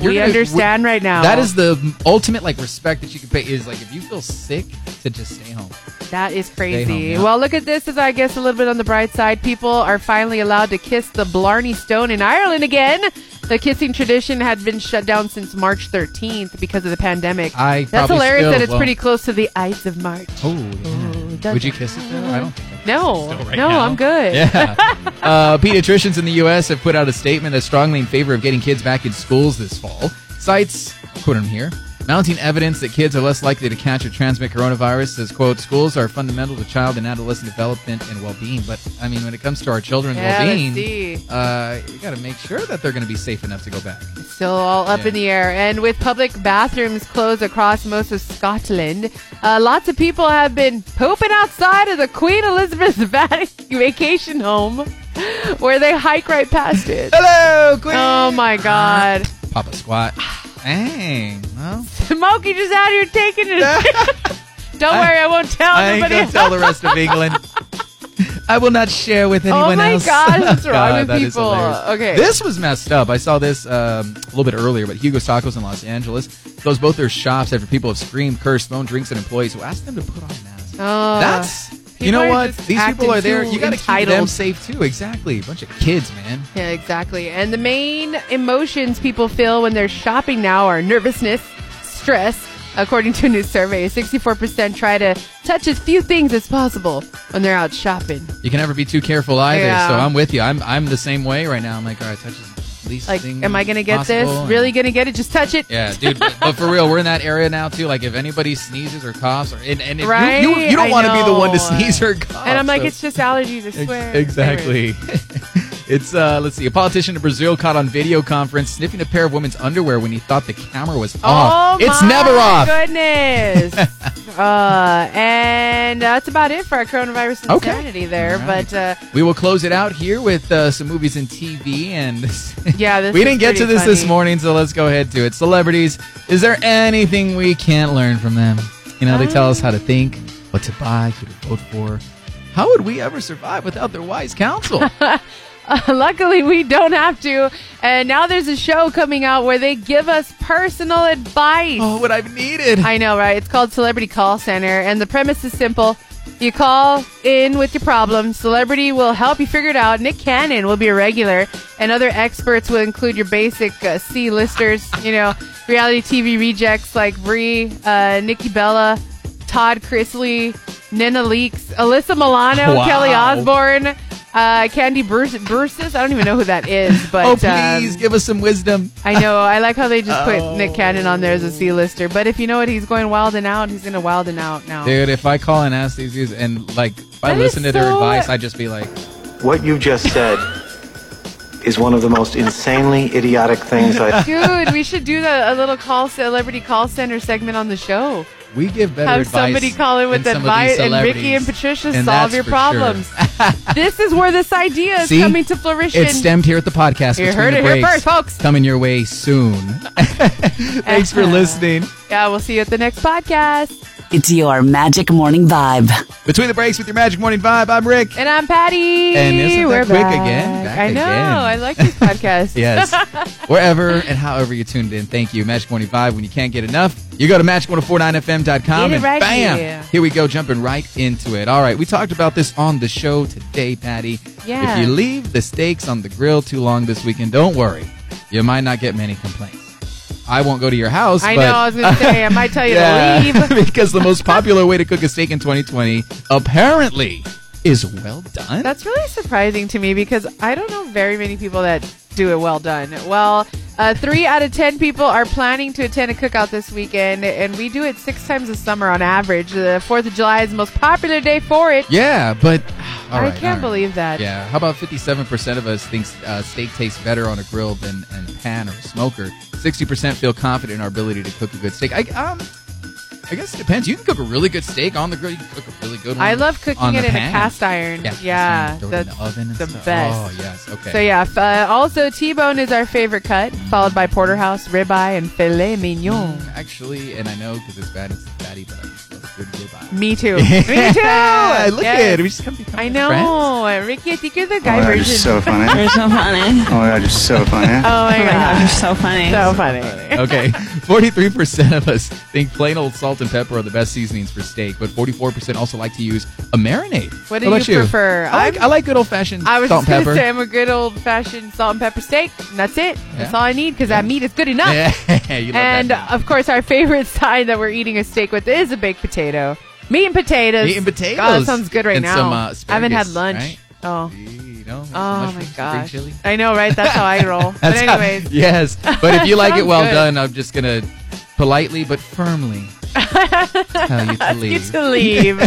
[SPEAKER 2] you're
[SPEAKER 3] we
[SPEAKER 2] gonna-
[SPEAKER 3] understand right now.
[SPEAKER 2] That is the ultimate like respect that you can pay is like if you feel sick to just stay home.
[SPEAKER 3] that is crazy.
[SPEAKER 2] home, yeah.
[SPEAKER 3] Well, look at this. As I guess a little bit on the bright side, people are finally allowed to kiss the Blarney Stone in Ireland again. The kissing tradition had been shut down since March 13th because of the pandemic.
[SPEAKER 2] I
[SPEAKER 3] That's
[SPEAKER 2] probably
[SPEAKER 3] hilarious
[SPEAKER 2] still
[SPEAKER 3] that it's
[SPEAKER 2] won't.
[SPEAKER 3] pretty close to the ides of March.
[SPEAKER 2] Oh, yeah.
[SPEAKER 3] does
[SPEAKER 2] Would you
[SPEAKER 3] it?
[SPEAKER 2] kiss it though? I don't think. I could
[SPEAKER 3] No,
[SPEAKER 2] kiss it still right
[SPEAKER 3] no,
[SPEAKER 2] now.
[SPEAKER 3] I'm good.
[SPEAKER 2] Yeah. uh, pediatricians in the U.S. have put out a statement that's strongly in favor of getting kids back in schools this fall. Cites, quote him here, mounting evidence that kids are less likely to catch or transmit coronavirus. Says, quote, schools are fundamental to child and adolescent development and well-being. But I mean, when it comes to our children's
[SPEAKER 3] Yeah, let's
[SPEAKER 2] well-being,
[SPEAKER 3] see.
[SPEAKER 2] uh, we got to make sure that they're going to be safe enough to go back.
[SPEAKER 3] still all up
[SPEAKER 2] Yeah.
[SPEAKER 3] in the air. And with public bathrooms closed across most of Scotland, uh, lots of people have been pooping outside of the Queen Elizabeth vac- vacation home where they hike right past it.
[SPEAKER 2] Hello, Queen.
[SPEAKER 3] Oh my God.
[SPEAKER 2] Papa Squat. Dang. Well,
[SPEAKER 3] Smokey just out here taking it. Don't worry, I won't tell
[SPEAKER 2] I ain't
[SPEAKER 3] anybody.
[SPEAKER 2] gonna tell the rest of England. I will not share with anyone
[SPEAKER 3] oh my
[SPEAKER 2] else.
[SPEAKER 3] gosh, what's wrong
[SPEAKER 2] God,
[SPEAKER 3] with
[SPEAKER 2] that is
[SPEAKER 3] people?
[SPEAKER 2] hilarious.
[SPEAKER 3] Okay.
[SPEAKER 2] This was messed up. I saw this um, a little bit earlier, but Hugo's Tacos in Los Angeles closed both their shops after people have screamed, cursed, thrown drinks at employees. So ask them to put on masks.
[SPEAKER 3] Oh.
[SPEAKER 2] That's you
[SPEAKER 3] people
[SPEAKER 2] know
[SPEAKER 3] are
[SPEAKER 2] what?
[SPEAKER 3] just
[SPEAKER 2] These people
[SPEAKER 3] acting
[SPEAKER 2] are there.
[SPEAKER 3] too
[SPEAKER 2] You gotta keep them
[SPEAKER 3] entitled.
[SPEAKER 2] safe too. Exactly. Bunch of kids, man.
[SPEAKER 3] Yeah, exactly. And the main emotions people feel when they're shopping now are nervousness, stress, According to a new survey, 64% try to touch as few things as possible when they're out shopping.
[SPEAKER 2] You can never be too careful either.
[SPEAKER 3] Yeah.
[SPEAKER 2] So I'm with you. I'm I'm the same way right now. I'm like, all right, touch as least
[SPEAKER 3] Like,
[SPEAKER 2] thing
[SPEAKER 3] am I going to get
[SPEAKER 2] possible,
[SPEAKER 3] this?
[SPEAKER 2] and-
[SPEAKER 3] Really going to get it? Just touch it.
[SPEAKER 2] Yeah, dude. But, but for real, we're in that area now too. Like, if anybody sneezes or coughs, or and, and if you-
[SPEAKER 3] Right?
[SPEAKER 2] you, you,
[SPEAKER 3] I
[SPEAKER 2] don't want to be the one to
[SPEAKER 3] know.
[SPEAKER 2] sneeze or cough.
[SPEAKER 3] And I'm like,
[SPEAKER 2] so-
[SPEAKER 3] it's just allergies, I
[SPEAKER 2] Ex-
[SPEAKER 3] swear.
[SPEAKER 2] Exactly. it's uh let's see, a politician in Brazil caught on video conference sniffing a pair of women's underwear when he thought the camera was
[SPEAKER 3] Oh,
[SPEAKER 2] off. it's
[SPEAKER 3] my
[SPEAKER 2] never off.
[SPEAKER 3] Goodness. uh, and uh, that's about it for our coronavirus
[SPEAKER 2] Okay.
[SPEAKER 3] insanity there.
[SPEAKER 2] All right.
[SPEAKER 3] But uh,
[SPEAKER 2] We will close it out here with uh, some movies and TV and this-
[SPEAKER 3] Yeah, this
[SPEAKER 2] we
[SPEAKER 3] is
[SPEAKER 2] didn't get to
[SPEAKER 3] pretty
[SPEAKER 2] this this
[SPEAKER 3] funny.
[SPEAKER 2] morning, so let's go ahead to it. Celebrities, is there anything we can't learn from them? You know, they tell us how to think, what to buy, who to vote for. How would we ever survive without their wise counsel?
[SPEAKER 3] luckily, we don't have to. And now there's a show coming out where they give us personal advice.
[SPEAKER 2] oh, what I've needed.
[SPEAKER 3] I know, right? It's called Celebrity Call Center, and the premise is simple. You call in with your problem. Celebrity will help you figure it out. Nick Cannon will be a regular, and other experts will include your basic uh, C-listers, you know, reality TV rejects like Brie, uh, Nikki Bella, Todd Chrisley, Nina Leaks, Alyssa Milano,
[SPEAKER 2] Wow.
[SPEAKER 3] Kelly Osbourne, uh, Candy Bruce- Bruces. I don't even know who that is, but
[SPEAKER 2] oh,
[SPEAKER 3] um,
[SPEAKER 2] please give us some wisdom.
[SPEAKER 3] I know. I like how they just put
[SPEAKER 2] Oh.
[SPEAKER 3] Nick Cannon on there as a C-lister. But if you know what, he's going wild and out. He's going to wild and out now.
[SPEAKER 2] Dude, if I call and ask these dudes and like if I
[SPEAKER 3] That is
[SPEAKER 2] listen to their
[SPEAKER 3] so-
[SPEAKER 2] advice, I'd just be like,
[SPEAKER 4] What you've just said is one of the most insanely idiotic things I.
[SPEAKER 3] Dude, we should do the, a little call celebrity call center segment on the show.
[SPEAKER 2] we give better
[SPEAKER 3] Have
[SPEAKER 2] advice.
[SPEAKER 3] somebody call in with
[SPEAKER 2] than some of these
[SPEAKER 3] advice, and Ricky
[SPEAKER 2] celebrities.
[SPEAKER 3] and Patricia
[SPEAKER 2] And
[SPEAKER 3] solve
[SPEAKER 2] that's
[SPEAKER 3] your
[SPEAKER 2] for
[SPEAKER 3] problems.
[SPEAKER 2] sure.
[SPEAKER 3] this is where this idea is
[SPEAKER 2] See?
[SPEAKER 3] coming to flourish.
[SPEAKER 2] It stemmed here at the podcast.
[SPEAKER 3] You
[SPEAKER 2] Between
[SPEAKER 3] heard
[SPEAKER 2] the
[SPEAKER 3] it here
[SPEAKER 2] Breaks.
[SPEAKER 3] first, folks.
[SPEAKER 2] Coming your way soon. Thanks for listening.
[SPEAKER 3] yeah, we'll see you at the next podcast.
[SPEAKER 1] It's your magic morning vibe.
[SPEAKER 2] Between the breaks with your Magic Morning Vibe, I'm Rick.
[SPEAKER 3] And I'm Patty.
[SPEAKER 2] And isn't that
[SPEAKER 3] We're
[SPEAKER 2] quick
[SPEAKER 3] back.
[SPEAKER 2] again? Back
[SPEAKER 3] I know.
[SPEAKER 2] again.
[SPEAKER 3] I like this podcast.
[SPEAKER 2] Yes. Wherever and however you tuned in, thank you. Magic 105. When you can't get enough, you go to magic1049fm.com
[SPEAKER 3] Get it
[SPEAKER 2] and
[SPEAKER 3] right
[SPEAKER 2] bam,
[SPEAKER 3] here.
[SPEAKER 2] we go, jumping right into it. All right, we talked about this on the show today, Patty.
[SPEAKER 3] Yeah.
[SPEAKER 2] If you leave the steaks on the grill too long this weekend, don't worry. You might not get many complaints. I won't go to your house.
[SPEAKER 3] I
[SPEAKER 2] but-
[SPEAKER 3] know. I was going to say, I might tell you to leave.
[SPEAKER 2] because the most popular way to cook a steak in 2020 apparently is well done.
[SPEAKER 3] That's really surprising to me because I don't know very many people that do it well done. Well, uh, three out of ten people are planning to attend a cookout this weekend, and we do it six times a summer on average. The Fourth of July is the most popular day for it.
[SPEAKER 2] yeah, but all
[SPEAKER 3] I
[SPEAKER 2] right, all
[SPEAKER 3] can't
[SPEAKER 2] right.
[SPEAKER 3] believe that.
[SPEAKER 2] Yeah, how about 57% of us thinks uh, steak tastes better on a grill than a pan or a smoker? 60% feel confident in our ability to cook a good steak. I, um, I guess it depends. You can cook a really good steak on the grill. You can cook a really good one.
[SPEAKER 3] I love cooking
[SPEAKER 2] on
[SPEAKER 3] it
[SPEAKER 2] the
[SPEAKER 3] in
[SPEAKER 2] pan.
[SPEAKER 3] a cast iron.
[SPEAKER 2] Yeah,
[SPEAKER 3] Yeah,
[SPEAKER 2] cast iron, throw it in
[SPEAKER 3] that's
[SPEAKER 2] the oven and
[SPEAKER 3] the
[SPEAKER 2] stuff.
[SPEAKER 3] best.
[SPEAKER 2] Oh yes, okay.
[SPEAKER 3] So yeah, f- uh, also T-bone is our favorite cut, followed by porterhouse, ribeye, and filet mignon.
[SPEAKER 2] Mm, Actually, and I know because it's bad, it's fatty, but I just love good ribeye.
[SPEAKER 3] Me too. Me too.
[SPEAKER 2] Yeah, Mm. Look
[SPEAKER 3] Yes.
[SPEAKER 2] at it. We just come become
[SPEAKER 3] I know,
[SPEAKER 2] friends.
[SPEAKER 3] Ricky. I think you're the
[SPEAKER 5] Oh
[SPEAKER 3] guy
[SPEAKER 5] my god, you're
[SPEAKER 3] version.
[SPEAKER 5] so funny.
[SPEAKER 6] You're so funny.
[SPEAKER 5] Oh my god, you're so funny.
[SPEAKER 3] oh my
[SPEAKER 6] Oh my god,
[SPEAKER 3] god,
[SPEAKER 6] you're so funny.
[SPEAKER 3] so funny.
[SPEAKER 2] Okay, forty-three percent of us think plain old salt and pepper are the best seasonings for steak, but forty-four percent also like to use a marinade.
[SPEAKER 3] What do
[SPEAKER 2] How about
[SPEAKER 3] you prefer?
[SPEAKER 2] I like,
[SPEAKER 3] I'm-
[SPEAKER 2] I like good old-fashioned
[SPEAKER 3] I was
[SPEAKER 2] salt
[SPEAKER 3] just
[SPEAKER 2] and
[SPEAKER 3] going to
[SPEAKER 2] pepper.
[SPEAKER 3] say I'm a good old fashioned salt and pepper steak. And that's it. That's
[SPEAKER 2] Yeah.
[SPEAKER 3] all I need because that meat is good enough.
[SPEAKER 2] yeah, you love
[SPEAKER 3] And uh,
[SPEAKER 2] that.
[SPEAKER 3] of course, our favorite side that we're eating a steak with is a baked potato. Meat and potatoes.
[SPEAKER 2] Meat and potatoes.
[SPEAKER 3] God, that sounds good right
[SPEAKER 2] And
[SPEAKER 3] now.
[SPEAKER 2] some, uh,
[SPEAKER 3] I haven't had
[SPEAKER 2] asparagus,
[SPEAKER 3] lunch.
[SPEAKER 2] right?
[SPEAKER 3] Oh.
[SPEAKER 2] You know, mushrooms,
[SPEAKER 3] Oh my
[SPEAKER 2] green
[SPEAKER 3] gosh.
[SPEAKER 2] chili.
[SPEAKER 3] I know, right? That's how I roll. but
[SPEAKER 2] That's how-
[SPEAKER 3] anyways,
[SPEAKER 2] yes, but if you like it
[SPEAKER 3] Sounds
[SPEAKER 2] well
[SPEAKER 3] good.
[SPEAKER 2] done, I'm just gonna politely but firmly tell you to
[SPEAKER 3] you
[SPEAKER 2] leave.
[SPEAKER 3] to leave.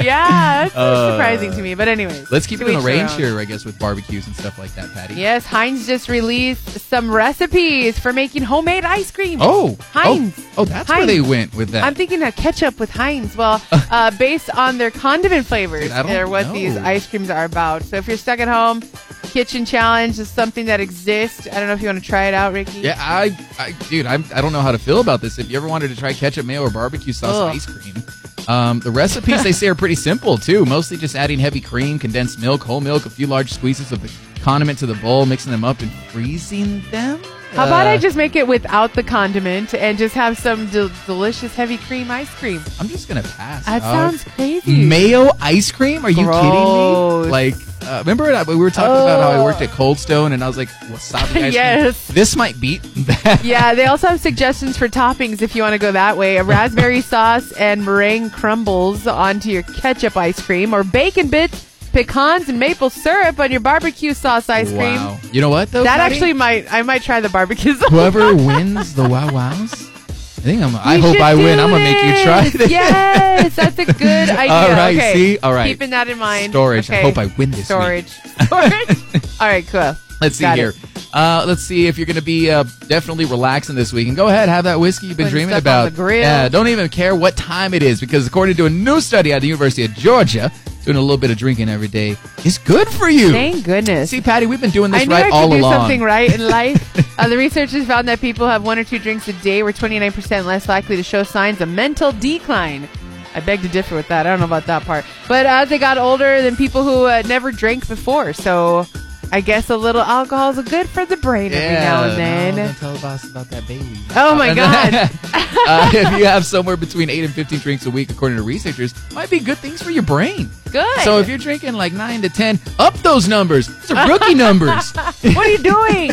[SPEAKER 3] yeah, that's so
[SPEAKER 2] Uh,
[SPEAKER 3] surprising to me. But anyways,
[SPEAKER 2] Let's keep
[SPEAKER 3] to
[SPEAKER 2] it in a
[SPEAKER 3] each their
[SPEAKER 2] range
[SPEAKER 3] own.
[SPEAKER 2] here, I guess, with barbecues and stuff like that, Patty.
[SPEAKER 3] Yes, Heinz just released some recipes for making homemade ice cream.
[SPEAKER 2] Oh,
[SPEAKER 3] Heinz.
[SPEAKER 2] Oh, oh, that's where they
[SPEAKER 3] Heinz.
[SPEAKER 2] went with that.
[SPEAKER 3] I'm thinking of ketchup with Heinz. Well, uh, based on their condiment flavors,
[SPEAKER 2] Dude, I don't
[SPEAKER 3] they're what
[SPEAKER 2] know.
[SPEAKER 3] these ice creams are about. So if you're stuck at home, kitchen challenge is something that exists. I don't know if you want to try it out, Ricky.
[SPEAKER 2] yeah, I, I dude, I'm, I don't know how to feel about this. If you ever wanted to try ketchup, mayo, or barbecue sauce
[SPEAKER 3] Ugh.
[SPEAKER 2] ice cream, um, the recipes they say are pretty simple too. Mostly just adding heavy cream, condensed milk, whole milk, a few large squeezes of the condiment to the bowl, mixing them up and freezing them.
[SPEAKER 3] How about
[SPEAKER 2] Uh,
[SPEAKER 3] I just make it without the condiment and just have some del- delicious heavy cream ice cream?
[SPEAKER 2] I'm just gonna pass.
[SPEAKER 3] That
[SPEAKER 2] dog.
[SPEAKER 3] sounds crazy.
[SPEAKER 2] Mayo ice cream? Are you kidding me?
[SPEAKER 3] Gross.
[SPEAKER 2] Like, uh, remember that- we were talking about how I worked at Cold Stone, and I was like, wasabi ice
[SPEAKER 3] Yes.
[SPEAKER 2] cream. This might beat that.
[SPEAKER 3] Yeah, they also have suggestions for toppings if you want to go that way. A raspberry sauce and meringue crumbles onto your ketchup ice cream, or bacon bits, pecans, and maple syrup on your barbecue sauce ice
[SPEAKER 2] wow.
[SPEAKER 3] cream.
[SPEAKER 2] You know what though?
[SPEAKER 3] That
[SPEAKER 2] Patty?
[SPEAKER 3] actually might I might try the barbecue sauce.
[SPEAKER 2] whoever wins the wow wows, I think I'm. I
[SPEAKER 3] You
[SPEAKER 2] hope
[SPEAKER 3] should
[SPEAKER 2] I win.
[SPEAKER 3] do
[SPEAKER 2] I'm gonna make you try this.
[SPEAKER 3] Yes, that's a good idea.
[SPEAKER 2] All right,
[SPEAKER 3] Okay.
[SPEAKER 2] see? All right.
[SPEAKER 3] Keeping that in mind.
[SPEAKER 2] Storage. I
[SPEAKER 3] Okay.
[SPEAKER 2] hope I win this. week.
[SPEAKER 3] Storage. Storage. All right, cool.
[SPEAKER 2] Let's see
[SPEAKER 3] Got it.
[SPEAKER 2] here. Uh, let's see if you're going to be uh, definitely relaxing this week. And go ahead, have that whiskey you've been
[SPEAKER 3] Putting
[SPEAKER 2] dreaming
[SPEAKER 3] stuff
[SPEAKER 2] about.
[SPEAKER 3] on the grill.
[SPEAKER 2] Yeah, don't even care what time it is because according to a new study out of the University of Georgia, doing a little bit of drinking every day is good for you.
[SPEAKER 3] Thank goodness.
[SPEAKER 2] See, Patty, we've been doing this
[SPEAKER 3] I knew
[SPEAKER 2] right
[SPEAKER 3] I could
[SPEAKER 2] all
[SPEAKER 3] do
[SPEAKER 2] along.
[SPEAKER 3] something right in life. uh, the researchers found that people who have one or two drinks a day were 29% less likely to show signs of mental decline. I beg to differ with that. I don't know about that part. But as they got older, than people who uh, never drank before. So I guess a little alcohol is good for the brain every
[SPEAKER 2] Yeah,
[SPEAKER 3] now and
[SPEAKER 2] no,
[SPEAKER 3] then.
[SPEAKER 2] don't tell the boss about that baby.
[SPEAKER 3] Oh my God.
[SPEAKER 2] uh, if you have somewhere between 8 and 15 drinks a week, according to researchers, might be good things for your brain.
[SPEAKER 3] Good.
[SPEAKER 2] So if you're drinking like 9 to 10, up those numbers. These are rookie numbers.
[SPEAKER 3] what are you doing?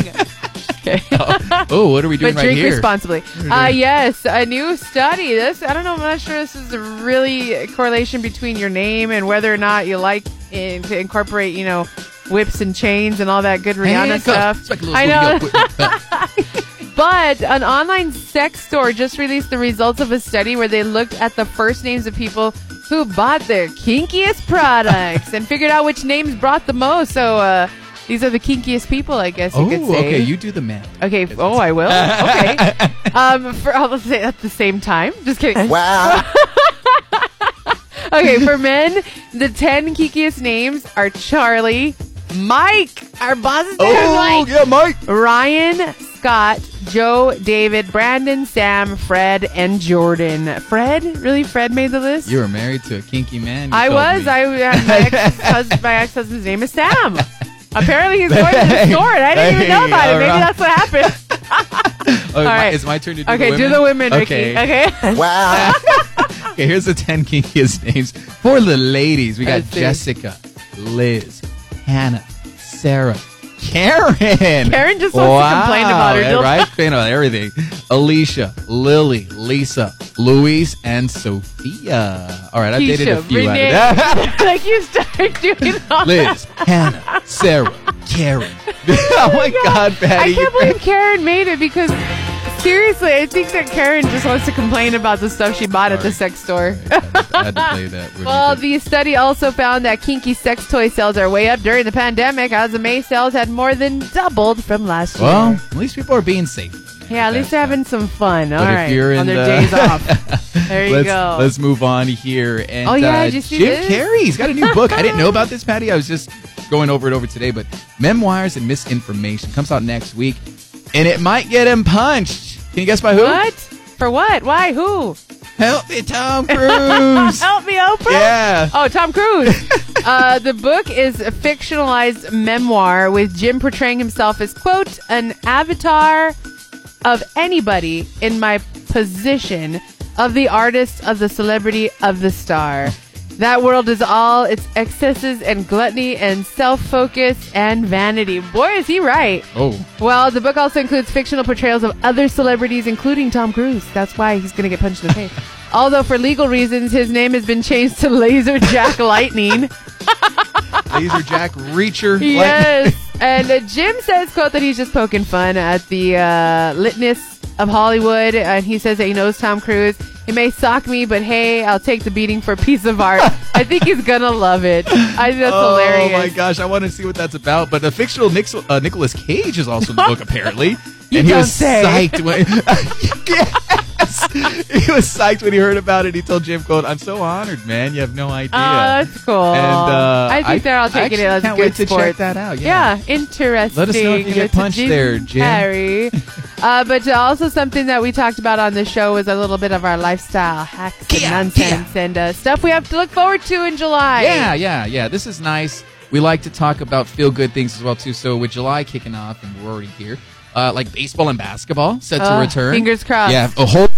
[SPEAKER 2] oh, what are we doing
[SPEAKER 3] but
[SPEAKER 2] right
[SPEAKER 3] drink
[SPEAKER 2] here?
[SPEAKER 3] responsibly. Uh, yes, a new study. This I don't know. I'm not sure this is a really a correlation between your name and whether or not you like in, to incorporate, you know, whips and chains and all that good Rihanna
[SPEAKER 2] Handcuffs. It's like
[SPEAKER 3] stuff.
[SPEAKER 2] a little
[SPEAKER 3] I know.
[SPEAKER 2] booty up. But-
[SPEAKER 3] But an online sex store just released the results of a study where they looked at the first names of people who bought their kinkiest products and figured out which names brought the most. So uh, these are the kinkiest people, I guess you could
[SPEAKER 2] oh,
[SPEAKER 3] say.
[SPEAKER 2] okay. You do the math.
[SPEAKER 3] Okay. f- Oh, I will. Okay. um, for all of the, at the same time. Just kidding. Wow. okay, for men, the ten kikiest names are Charlie, Mike, our boss's name is
[SPEAKER 2] Oh,
[SPEAKER 3] Mike,
[SPEAKER 2] yeah, Mike.
[SPEAKER 3] Ryan, Scott, Joe, David, Brandon, Sam, Fred, and Jordan. Fred, really? Fred made the list.
[SPEAKER 2] You were married to a kinky man. you
[SPEAKER 3] I
[SPEAKER 2] told
[SPEAKER 3] was.
[SPEAKER 2] me.
[SPEAKER 3] I had my ex husband. My ex husband's name is Sam. Apparently, he's going to the store, and I didn't even know
[SPEAKER 2] Hey,
[SPEAKER 3] about it.
[SPEAKER 2] all
[SPEAKER 3] Maybe
[SPEAKER 2] right.
[SPEAKER 3] that's what happened.
[SPEAKER 2] Oh, my-
[SPEAKER 3] right.
[SPEAKER 2] It's my turn to do
[SPEAKER 3] Okay,
[SPEAKER 2] the women.
[SPEAKER 3] do the women,
[SPEAKER 2] okay.
[SPEAKER 3] Ricky. Okay.
[SPEAKER 2] Okay, here's the 10 kinkiest names for the ladies. We got
[SPEAKER 3] Let's see.
[SPEAKER 2] Jessica, Liz, Hannah, Sarah, Karen.
[SPEAKER 3] Karen just wants to complain about her
[SPEAKER 2] Wow,
[SPEAKER 3] dildo.
[SPEAKER 2] Right? Complain about everything. Alicia, Lily, Lisa, Louise, and Sophia. All right, I've dated a
[SPEAKER 3] Keisha,
[SPEAKER 2] few out of
[SPEAKER 3] Renee.
[SPEAKER 2] that.
[SPEAKER 3] like you start doing all that.
[SPEAKER 2] Liz, Hannah, Sarah, Karen. oh my God, Patty.
[SPEAKER 3] I can't believe Karen made it because seriously, I think that Karen just wants to complain about the stuff she bought at the sex store.
[SPEAKER 2] I had to play that. Really
[SPEAKER 3] Well,
[SPEAKER 2] good.
[SPEAKER 3] the study also found that kinky sex toy sales are way up during the pandemic, as the May sales had more than doubled from last year.
[SPEAKER 2] well, at least people are being safe.
[SPEAKER 3] yeah, at least they're having some fun. All
[SPEAKER 2] But if
[SPEAKER 3] right,
[SPEAKER 2] you're in
[SPEAKER 3] on their
[SPEAKER 2] the-
[SPEAKER 3] days off. There you
[SPEAKER 2] let's,
[SPEAKER 3] go.
[SPEAKER 2] Let's move on here. And
[SPEAKER 3] Oh, yeah,
[SPEAKER 2] uh,
[SPEAKER 3] did you see
[SPEAKER 2] Jim
[SPEAKER 3] this?
[SPEAKER 2] Carrey's got a new book. I didn't know about this, Patty. I was just going over it over today. But Memoirs and Misinformation comes out next week, and it might get him punched. Can you guess by who?
[SPEAKER 3] what? For what? Why? Who?
[SPEAKER 2] Help me, Tom Cruise.
[SPEAKER 3] Help me, Oprah.
[SPEAKER 2] yeah.
[SPEAKER 3] Oh, Tom Cruise. uh, the book is a fictionalized memoir with Jim portraying himself as, quote, an avatar of anybody in my position of the artist, of the celebrity, of the star. That world is all its excesses and gluttony and self focus and vanity. Boy, is he right.
[SPEAKER 2] Oh.
[SPEAKER 3] Well, the book also includes fictional portrayals of other celebrities, including Tom Cruise. That's why he's going to get punched in the face. Although, for legal reasons, his name has been changed to Laser Jack Lightning.
[SPEAKER 2] Laser Jack Reacher.
[SPEAKER 3] yes. And uh, Jim says, quote, that he's just poking fun at the uh, litness of Hollywood. And he says that he knows Tom Cruise. He may sock me, but hey, I'll take the beating for a piece of art. I think he's going to love it. I think that's
[SPEAKER 2] oh
[SPEAKER 3] hilarious.
[SPEAKER 2] my gosh, I want to see what that's about. But the fictional Nix- uh, Nicolas Cage is also in the book, apparently.
[SPEAKER 3] You
[SPEAKER 2] and he
[SPEAKER 3] don't
[SPEAKER 2] was
[SPEAKER 3] say.
[SPEAKER 2] psyched when yes! he was psyched when he heard about it. He told Jim, "quote I'm so honored, man. You have no idea."
[SPEAKER 3] Oh, that's cool.
[SPEAKER 2] And, uh,
[SPEAKER 3] I
[SPEAKER 2] I-
[SPEAKER 3] think they're all taking
[SPEAKER 2] I
[SPEAKER 3] it as
[SPEAKER 2] can't
[SPEAKER 3] good
[SPEAKER 2] wait to check
[SPEAKER 3] sport.
[SPEAKER 2] that out, yeah.
[SPEAKER 3] Yeah. interesting.
[SPEAKER 2] Let us know if you get
[SPEAKER 3] Little
[SPEAKER 2] punched
[SPEAKER 3] Jim
[SPEAKER 2] there, Jim.
[SPEAKER 3] Carrey. uh, but also something that we talked about on the show was a little bit of our lifestyle hacks and
[SPEAKER 2] Yeah,
[SPEAKER 3] nonsense and uh, stuff we have to look forward to in July.
[SPEAKER 2] Yeah, yeah, yeah. This is nice. We like to talk about feel good things as well too. So with July kicking off, and we're already here, uh, like baseball and basketball set to
[SPEAKER 3] Oh,
[SPEAKER 2] return.
[SPEAKER 3] fingers crossed.
[SPEAKER 2] Yeah, a whole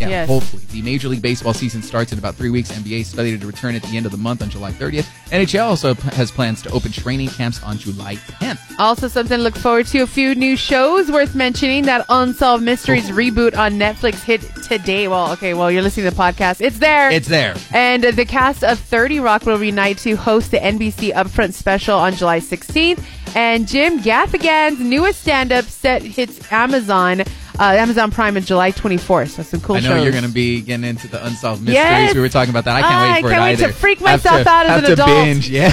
[SPEAKER 2] Yeah,
[SPEAKER 3] Yes.
[SPEAKER 2] hopefully. The Major League Baseball season starts in about three weeks. NBA slated to return at the end of the month on July 30th. NHL also p- has plans to open training camps on July 10th.
[SPEAKER 3] Also, something to look forward to. A few new shows worth mentioning. That Unsolved Mysteries
[SPEAKER 2] Oh.
[SPEAKER 3] reboot on Netflix hit today. Well, okay, well, you're listening to the podcast. It's there.
[SPEAKER 2] It's there.
[SPEAKER 3] and the cast of 30 Rock will reunite to host the NBC Upfront special on July 16th. And Jim Gaffigan's newest stand up set hits Amazon, uh, Amazon Prime on July 24th. So, some cool
[SPEAKER 2] I know
[SPEAKER 3] shows.
[SPEAKER 2] you're going to be getting into the unsolved mysteries.
[SPEAKER 3] Yes.
[SPEAKER 2] We were talking about that. I can't
[SPEAKER 3] Ah,
[SPEAKER 2] wait for
[SPEAKER 3] I can't
[SPEAKER 2] it
[SPEAKER 3] wait to
[SPEAKER 2] either.
[SPEAKER 3] freak
[SPEAKER 2] Have to-
[SPEAKER 3] myself out as
[SPEAKER 2] have
[SPEAKER 3] an
[SPEAKER 2] to
[SPEAKER 3] adult.
[SPEAKER 2] binge, yeah.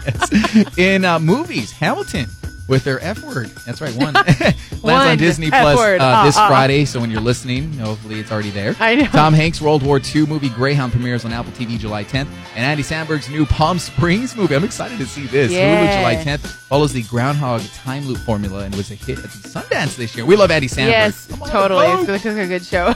[SPEAKER 2] In uh, movies, Hamilton with their F word. That's right, one. Lands
[SPEAKER 3] One
[SPEAKER 2] on Disney
[SPEAKER 3] F
[SPEAKER 2] Plus
[SPEAKER 3] word.
[SPEAKER 2] uh,
[SPEAKER 3] Ah,
[SPEAKER 2] this
[SPEAKER 3] ah, ah.
[SPEAKER 2] Friday. So when you're listening, hopefully it's already there.
[SPEAKER 3] I know.
[SPEAKER 2] Tom Hanks' World War II movie Greyhound premieres on Apple TV July 10th, and Andy Samberg's new Palm Springs movie. I'm excited to see this. Hulu
[SPEAKER 3] Yeah.
[SPEAKER 2] July 10th follows the Groundhog time loop formula and was a hit at the Sundance this year. We love Andy Samberg.
[SPEAKER 3] Yes,
[SPEAKER 2] Come on,
[SPEAKER 3] totally.
[SPEAKER 2] folks.
[SPEAKER 3] It's going to look like a good show.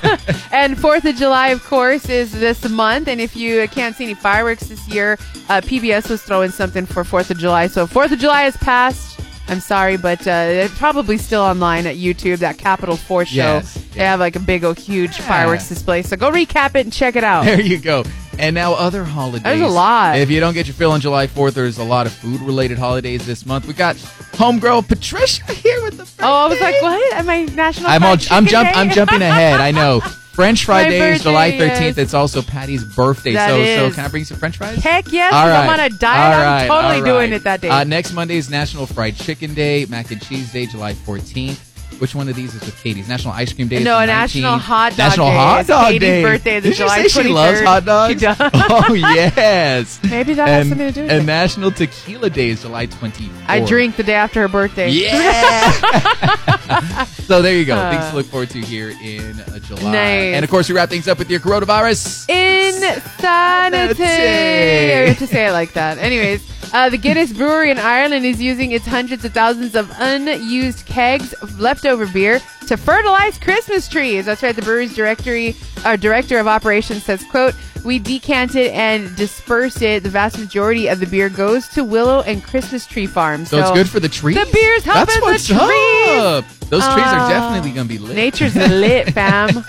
[SPEAKER 3] and 4th of July, of course, is this month. And if you can't see any fireworks this year, uh, PBS was throwing something for 4th of July. So 4th of July has passed. I'm sorry, but uh, it's probably still online at YouTube, that Capital 4 show.
[SPEAKER 2] Yes,
[SPEAKER 3] They have like a big, old, huge
[SPEAKER 2] Yeah.
[SPEAKER 3] fireworks display. So go recap it and check it out.
[SPEAKER 2] There you go. And now other holidays.
[SPEAKER 3] There's a lot.
[SPEAKER 2] If you don't get your fill on July 4th, there's a lot of food-related holidays this month. We got homegirl Patricia here with the.
[SPEAKER 3] Oh, I was like,
[SPEAKER 2] birthday.
[SPEAKER 3] what? Am I National
[SPEAKER 2] I'm all.
[SPEAKER 3] Fried
[SPEAKER 2] I'm
[SPEAKER 3] Chicken
[SPEAKER 2] jump.
[SPEAKER 3] Day?
[SPEAKER 2] I'm jumping ahead. I know. French fry
[SPEAKER 3] My
[SPEAKER 2] Day is
[SPEAKER 3] birthday,
[SPEAKER 2] July 13th.
[SPEAKER 3] yes.
[SPEAKER 2] It's also Patty's birthday.
[SPEAKER 3] That
[SPEAKER 2] so, so
[SPEAKER 3] is.
[SPEAKER 2] can I bring some French fries?
[SPEAKER 3] Heck yes,
[SPEAKER 2] All
[SPEAKER 3] 'cause
[SPEAKER 2] right.
[SPEAKER 3] I'm on a diet.
[SPEAKER 2] All
[SPEAKER 3] I'm
[SPEAKER 2] right.
[SPEAKER 3] totally
[SPEAKER 2] All
[SPEAKER 3] doing
[SPEAKER 2] right.
[SPEAKER 3] it that day.
[SPEAKER 2] Uh, next Monday is National Fried Chicken Day, Mac and Cheese Day, July 14th. Which one of these is with Katie's? National Ice Cream Day. is
[SPEAKER 3] No,
[SPEAKER 2] the
[SPEAKER 3] National
[SPEAKER 2] 19th.
[SPEAKER 3] Hot Dog
[SPEAKER 2] National
[SPEAKER 3] Day
[SPEAKER 2] Hot
[SPEAKER 3] is
[SPEAKER 2] Dog
[SPEAKER 3] Katie's
[SPEAKER 2] Day.
[SPEAKER 3] birthday, the
[SPEAKER 2] Did
[SPEAKER 3] July
[SPEAKER 2] you say she loves
[SPEAKER 3] 23rd?
[SPEAKER 2] hot dogs?
[SPEAKER 3] She does.
[SPEAKER 2] Oh yes.
[SPEAKER 3] Maybe that has
[SPEAKER 2] And-
[SPEAKER 3] something to do with
[SPEAKER 2] And
[SPEAKER 3] it.
[SPEAKER 2] National Tequila Day is July 24th.
[SPEAKER 3] I drink the day after her birthday.
[SPEAKER 2] Yeah. so there you go.
[SPEAKER 3] Uh,
[SPEAKER 2] things to look forward to here in uh, July.
[SPEAKER 3] Nice.
[SPEAKER 2] And of course, we wrap things up with your coronavirus.
[SPEAKER 3] Insanity. I have to say it like that. Anyways, uh, the Guinness Brewery in Ireland is using its hundreds of thousands of unused kegs of leftover beer to fertilize Christmas trees. That's right. The brewery's directory, uh, director of operations says, "quote We decant it and disperse it. The vast majority of the beer goes to willow and Christmas tree farms.
[SPEAKER 2] So, it's good for the trees.
[SPEAKER 3] The beer's helping
[SPEAKER 2] That's
[SPEAKER 3] the
[SPEAKER 2] what's
[SPEAKER 3] trees.
[SPEAKER 2] up. Those trees
[SPEAKER 3] Uh,
[SPEAKER 2] are definitely going to be lit.
[SPEAKER 3] nature's lit, fam.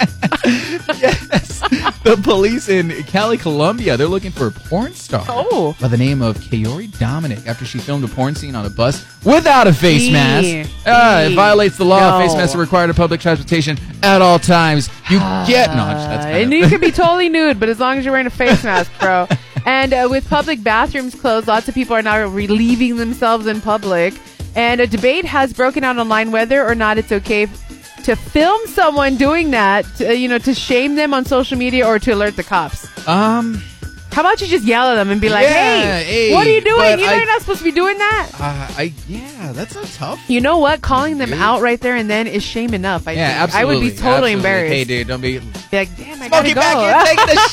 [SPEAKER 2] yes. The police in Cali, Colombia, they're looking for a porn star
[SPEAKER 3] Oh.
[SPEAKER 2] by the name of Kayori Dominic after she filmed a porn scene on a bus without a face
[SPEAKER 3] Ew.
[SPEAKER 2] mask. Ah, it
[SPEAKER 3] Ew.
[SPEAKER 2] violates the law.
[SPEAKER 3] No.
[SPEAKER 2] Face masks are required in public transportation at all times. You get no, I'm just- that's
[SPEAKER 3] Uh,
[SPEAKER 2] kind
[SPEAKER 3] and
[SPEAKER 2] of-
[SPEAKER 3] you could be totally nude, but as long as you're wearing a face mask, bro. And uh, with public bathrooms closed, lots of people are now relieving themselves in public. And a debate has broken out online whether or not it's okay f- to film someone doing that, to, uh, you know, to shame them on social media or to alert the cops.
[SPEAKER 2] um.
[SPEAKER 3] How about you just yell at them and be like,
[SPEAKER 2] Yeah,
[SPEAKER 3] hey,
[SPEAKER 2] hey,
[SPEAKER 3] what are you doing?
[SPEAKER 2] but
[SPEAKER 3] You know
[SPEAKER 2] I-
[SPEAKER 3] you're not supposed to be doing that.
[SPEAKER 2] Uh, I yeah, that's a tough.
[SPEAKER 3] You know what? Calling them
[SPEAKER 2] Dude.
[SPEAKER 3] out right there and then is shame enough. I
[SPEAKER 2] Yeah,
[SPEAKER 3] think.
[SPEAKER 2] absolutely.
[SPEAKER 3] I would be totally
[SPEAKER 2] absolutely.
[SPEAKER 3] embarrassed.
[SPEAKER 2] Hey, dude, don't be.
[SPEAKER 3] Be like, damn, I
[SPEAKER 2] Smoky
[SPEAKER 3] gotta go.
[SPEAKER 2] back in, take the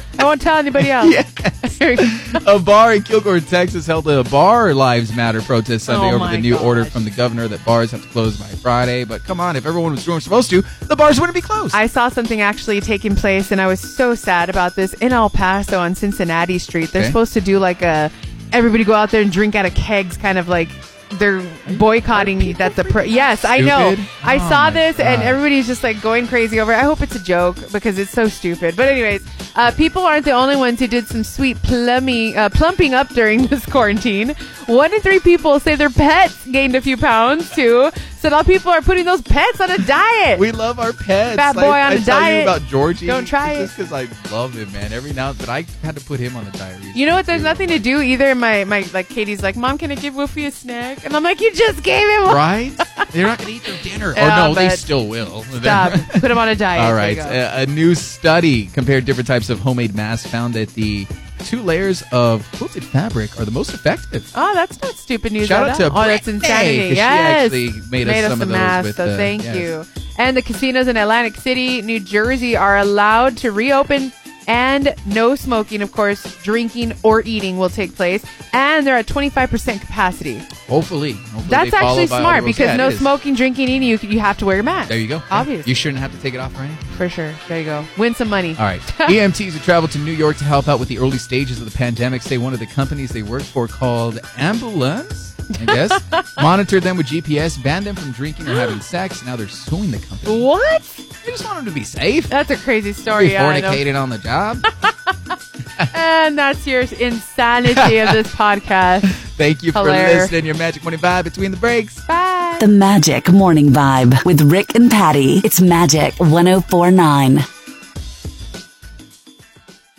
[SPEAKER 2] shit.
[SPEAKER 3] I won't tell anybody else.
[SPEAKER 2] a bar in Kilgore, Texas held a Bar Lives Matter protest Sunday
[SPEAKER 3] Oh
[SPEAKER 2] over
[SPEAKER 3] my
[SPEAKER 2] the new
[SPEAKER 3] gosh.
[SPEAKER 2] order from the governor that bars have to close by Friday. But come on, if everyone was doing what they're supposed to, the bars wouldn't be closed.
[SPEAKER 3] I saw something actually taking place, and I was so sad about this in El Paso on Cincinnati Street. They're
[SPEAKER 2] Okay.
[SPEAKER 3] supposed to do like a everybody go out there and drink out of kegs, kind of like they're boycotting that the pro- yes i know
[SPEAKER 2] Stupid?
[SPEAKER 3] i
[SPEAKER 2] Oh
[SPEAKER 3] saw
[SPEAKER 2] my
[SPEAKER 3] this and
[SPEAKER 2] God.
[SPEAKER 3] everybody's just like going crazy over it i hope it's a joke because it's so stupid but anyways uh, people aren't the only ones who did some sweet plumbing uh, plumping up during this quarantine one in three people say their pets gained a few pounds too so now people are putting those pets on a diet
[SPEAKER 2] we love our pets.
[SPEAKER 3] Fat boy
[SPEAKER 2] I,
[SPEAKER 3] on
[SPEAKER 2] I
[SPEAKER 3] a
[SPEAKER 2] tell
[SPEAKER 3] diet.
[SPEAKER 2] you about Georgie.
[SPEAKER 3] Don't try
[SPEAKER 2] it's Just because I love him, man. Every now, but I had to put him on the diary.
[SPEAKER 3] You know what? There's nothing to do either. My my like Katie's like, Mom, can I give Woofy a snack? And I'm like, You just gave him one.
[SPEAKER 2] Right? They're not going to eat their dinner.
[SPEAKER 3] Yeah,
[SPEAKER 2] or no, they
[SPEAKER 3] but-
[SPEAKER 2] still will.
[SPEAKER 3] Stop. Put him on a diet.
[SPEAKER 2] All
[SPEAKER 3] There
[SPEAKER 2] right.
[SPEAKER 3] you go.
[SPEAKER 2] A, a new study compared different types of homemade masks found that the two layers of quilted fabric are the most effective.
[SPEAKER 3] Oh, that's not stupid news.
[SPEAKER 2] Shout
[SPEAKER 3] at
[SPEAKER 2] out to
[SPEAKER 3] all. Oh,
[SPEAKER 2] Brittany,
[SPEAKER 3] that's insanity.
[SPEAKER 2] 'cause she
[SPEAKER 3] yes.
[SPEAKER 2] actually made us some of those
[SPEAKER 3] masks,
[SPEAKER 2] with
[SPEAKER 3] so
[SPEAKER 2] the-
[SPEAKER 3] thank
[SPEAKER 2] yes.
[SPEAKER 3] you. And the casinos in Atlantic City, New Jersey are allowed to reopen and no smoking, of course, drinking or eating will take place. And they're at 25% capacity.
[SPEAKER 2] Hopefully. hopefully they
[SPEAKER 3] That's
[SPEAKER 2] follow
[SPEAKER 3] actually
[SPEAKER 2] by all
[SPEAKER 3] smart
[SPEAKER 2] the rules.
[SPEAKER 3] because
[SPEAKER 2] Yeah, it
[SPEAKER 3] no
[SPEAKER 2] is.
[SPEAKER 3] smoking, drinking, eating, you, you have to wear a mask.
[SPEAKER 2] There you go.
[SPEAKER 3] Obviously.
[SPEAKER 2] You shouldn't have to take it off or anything.
[SPEAKER 3] For sure. There you go. Win some money.
[SPEAKER 2] All right. E EMTs who traveled to New York to help out with the early stages of the pandemic say one of the companies they worked for called Ambulance I guess. Monitored them with GPS, banned them from drinking or having sex. Now they're suing the company.
[SPEAKER 3] What?
[SPEAKER 2] I just want them to be safe.
[SPEAKER 3] That's a crazy
[SPEAKER 2] Be
[SPEAKER 3] story. yeah, I know.
[SPEAKER 2] fornicated on the job.
[SPEAKER 3] And that's your insanity of this podcast.
[SPEAKER 2] Thank you for
[SPEAKER 3] Hilarious.
[SPEAKER 2] listening. Your Magic Morning Vibe between the breaks.
[SPEAKER 3] Bye.
[SPEAKER 1] oh The Magic Morning Vibe with Rick and Patty. It's Magic 1049.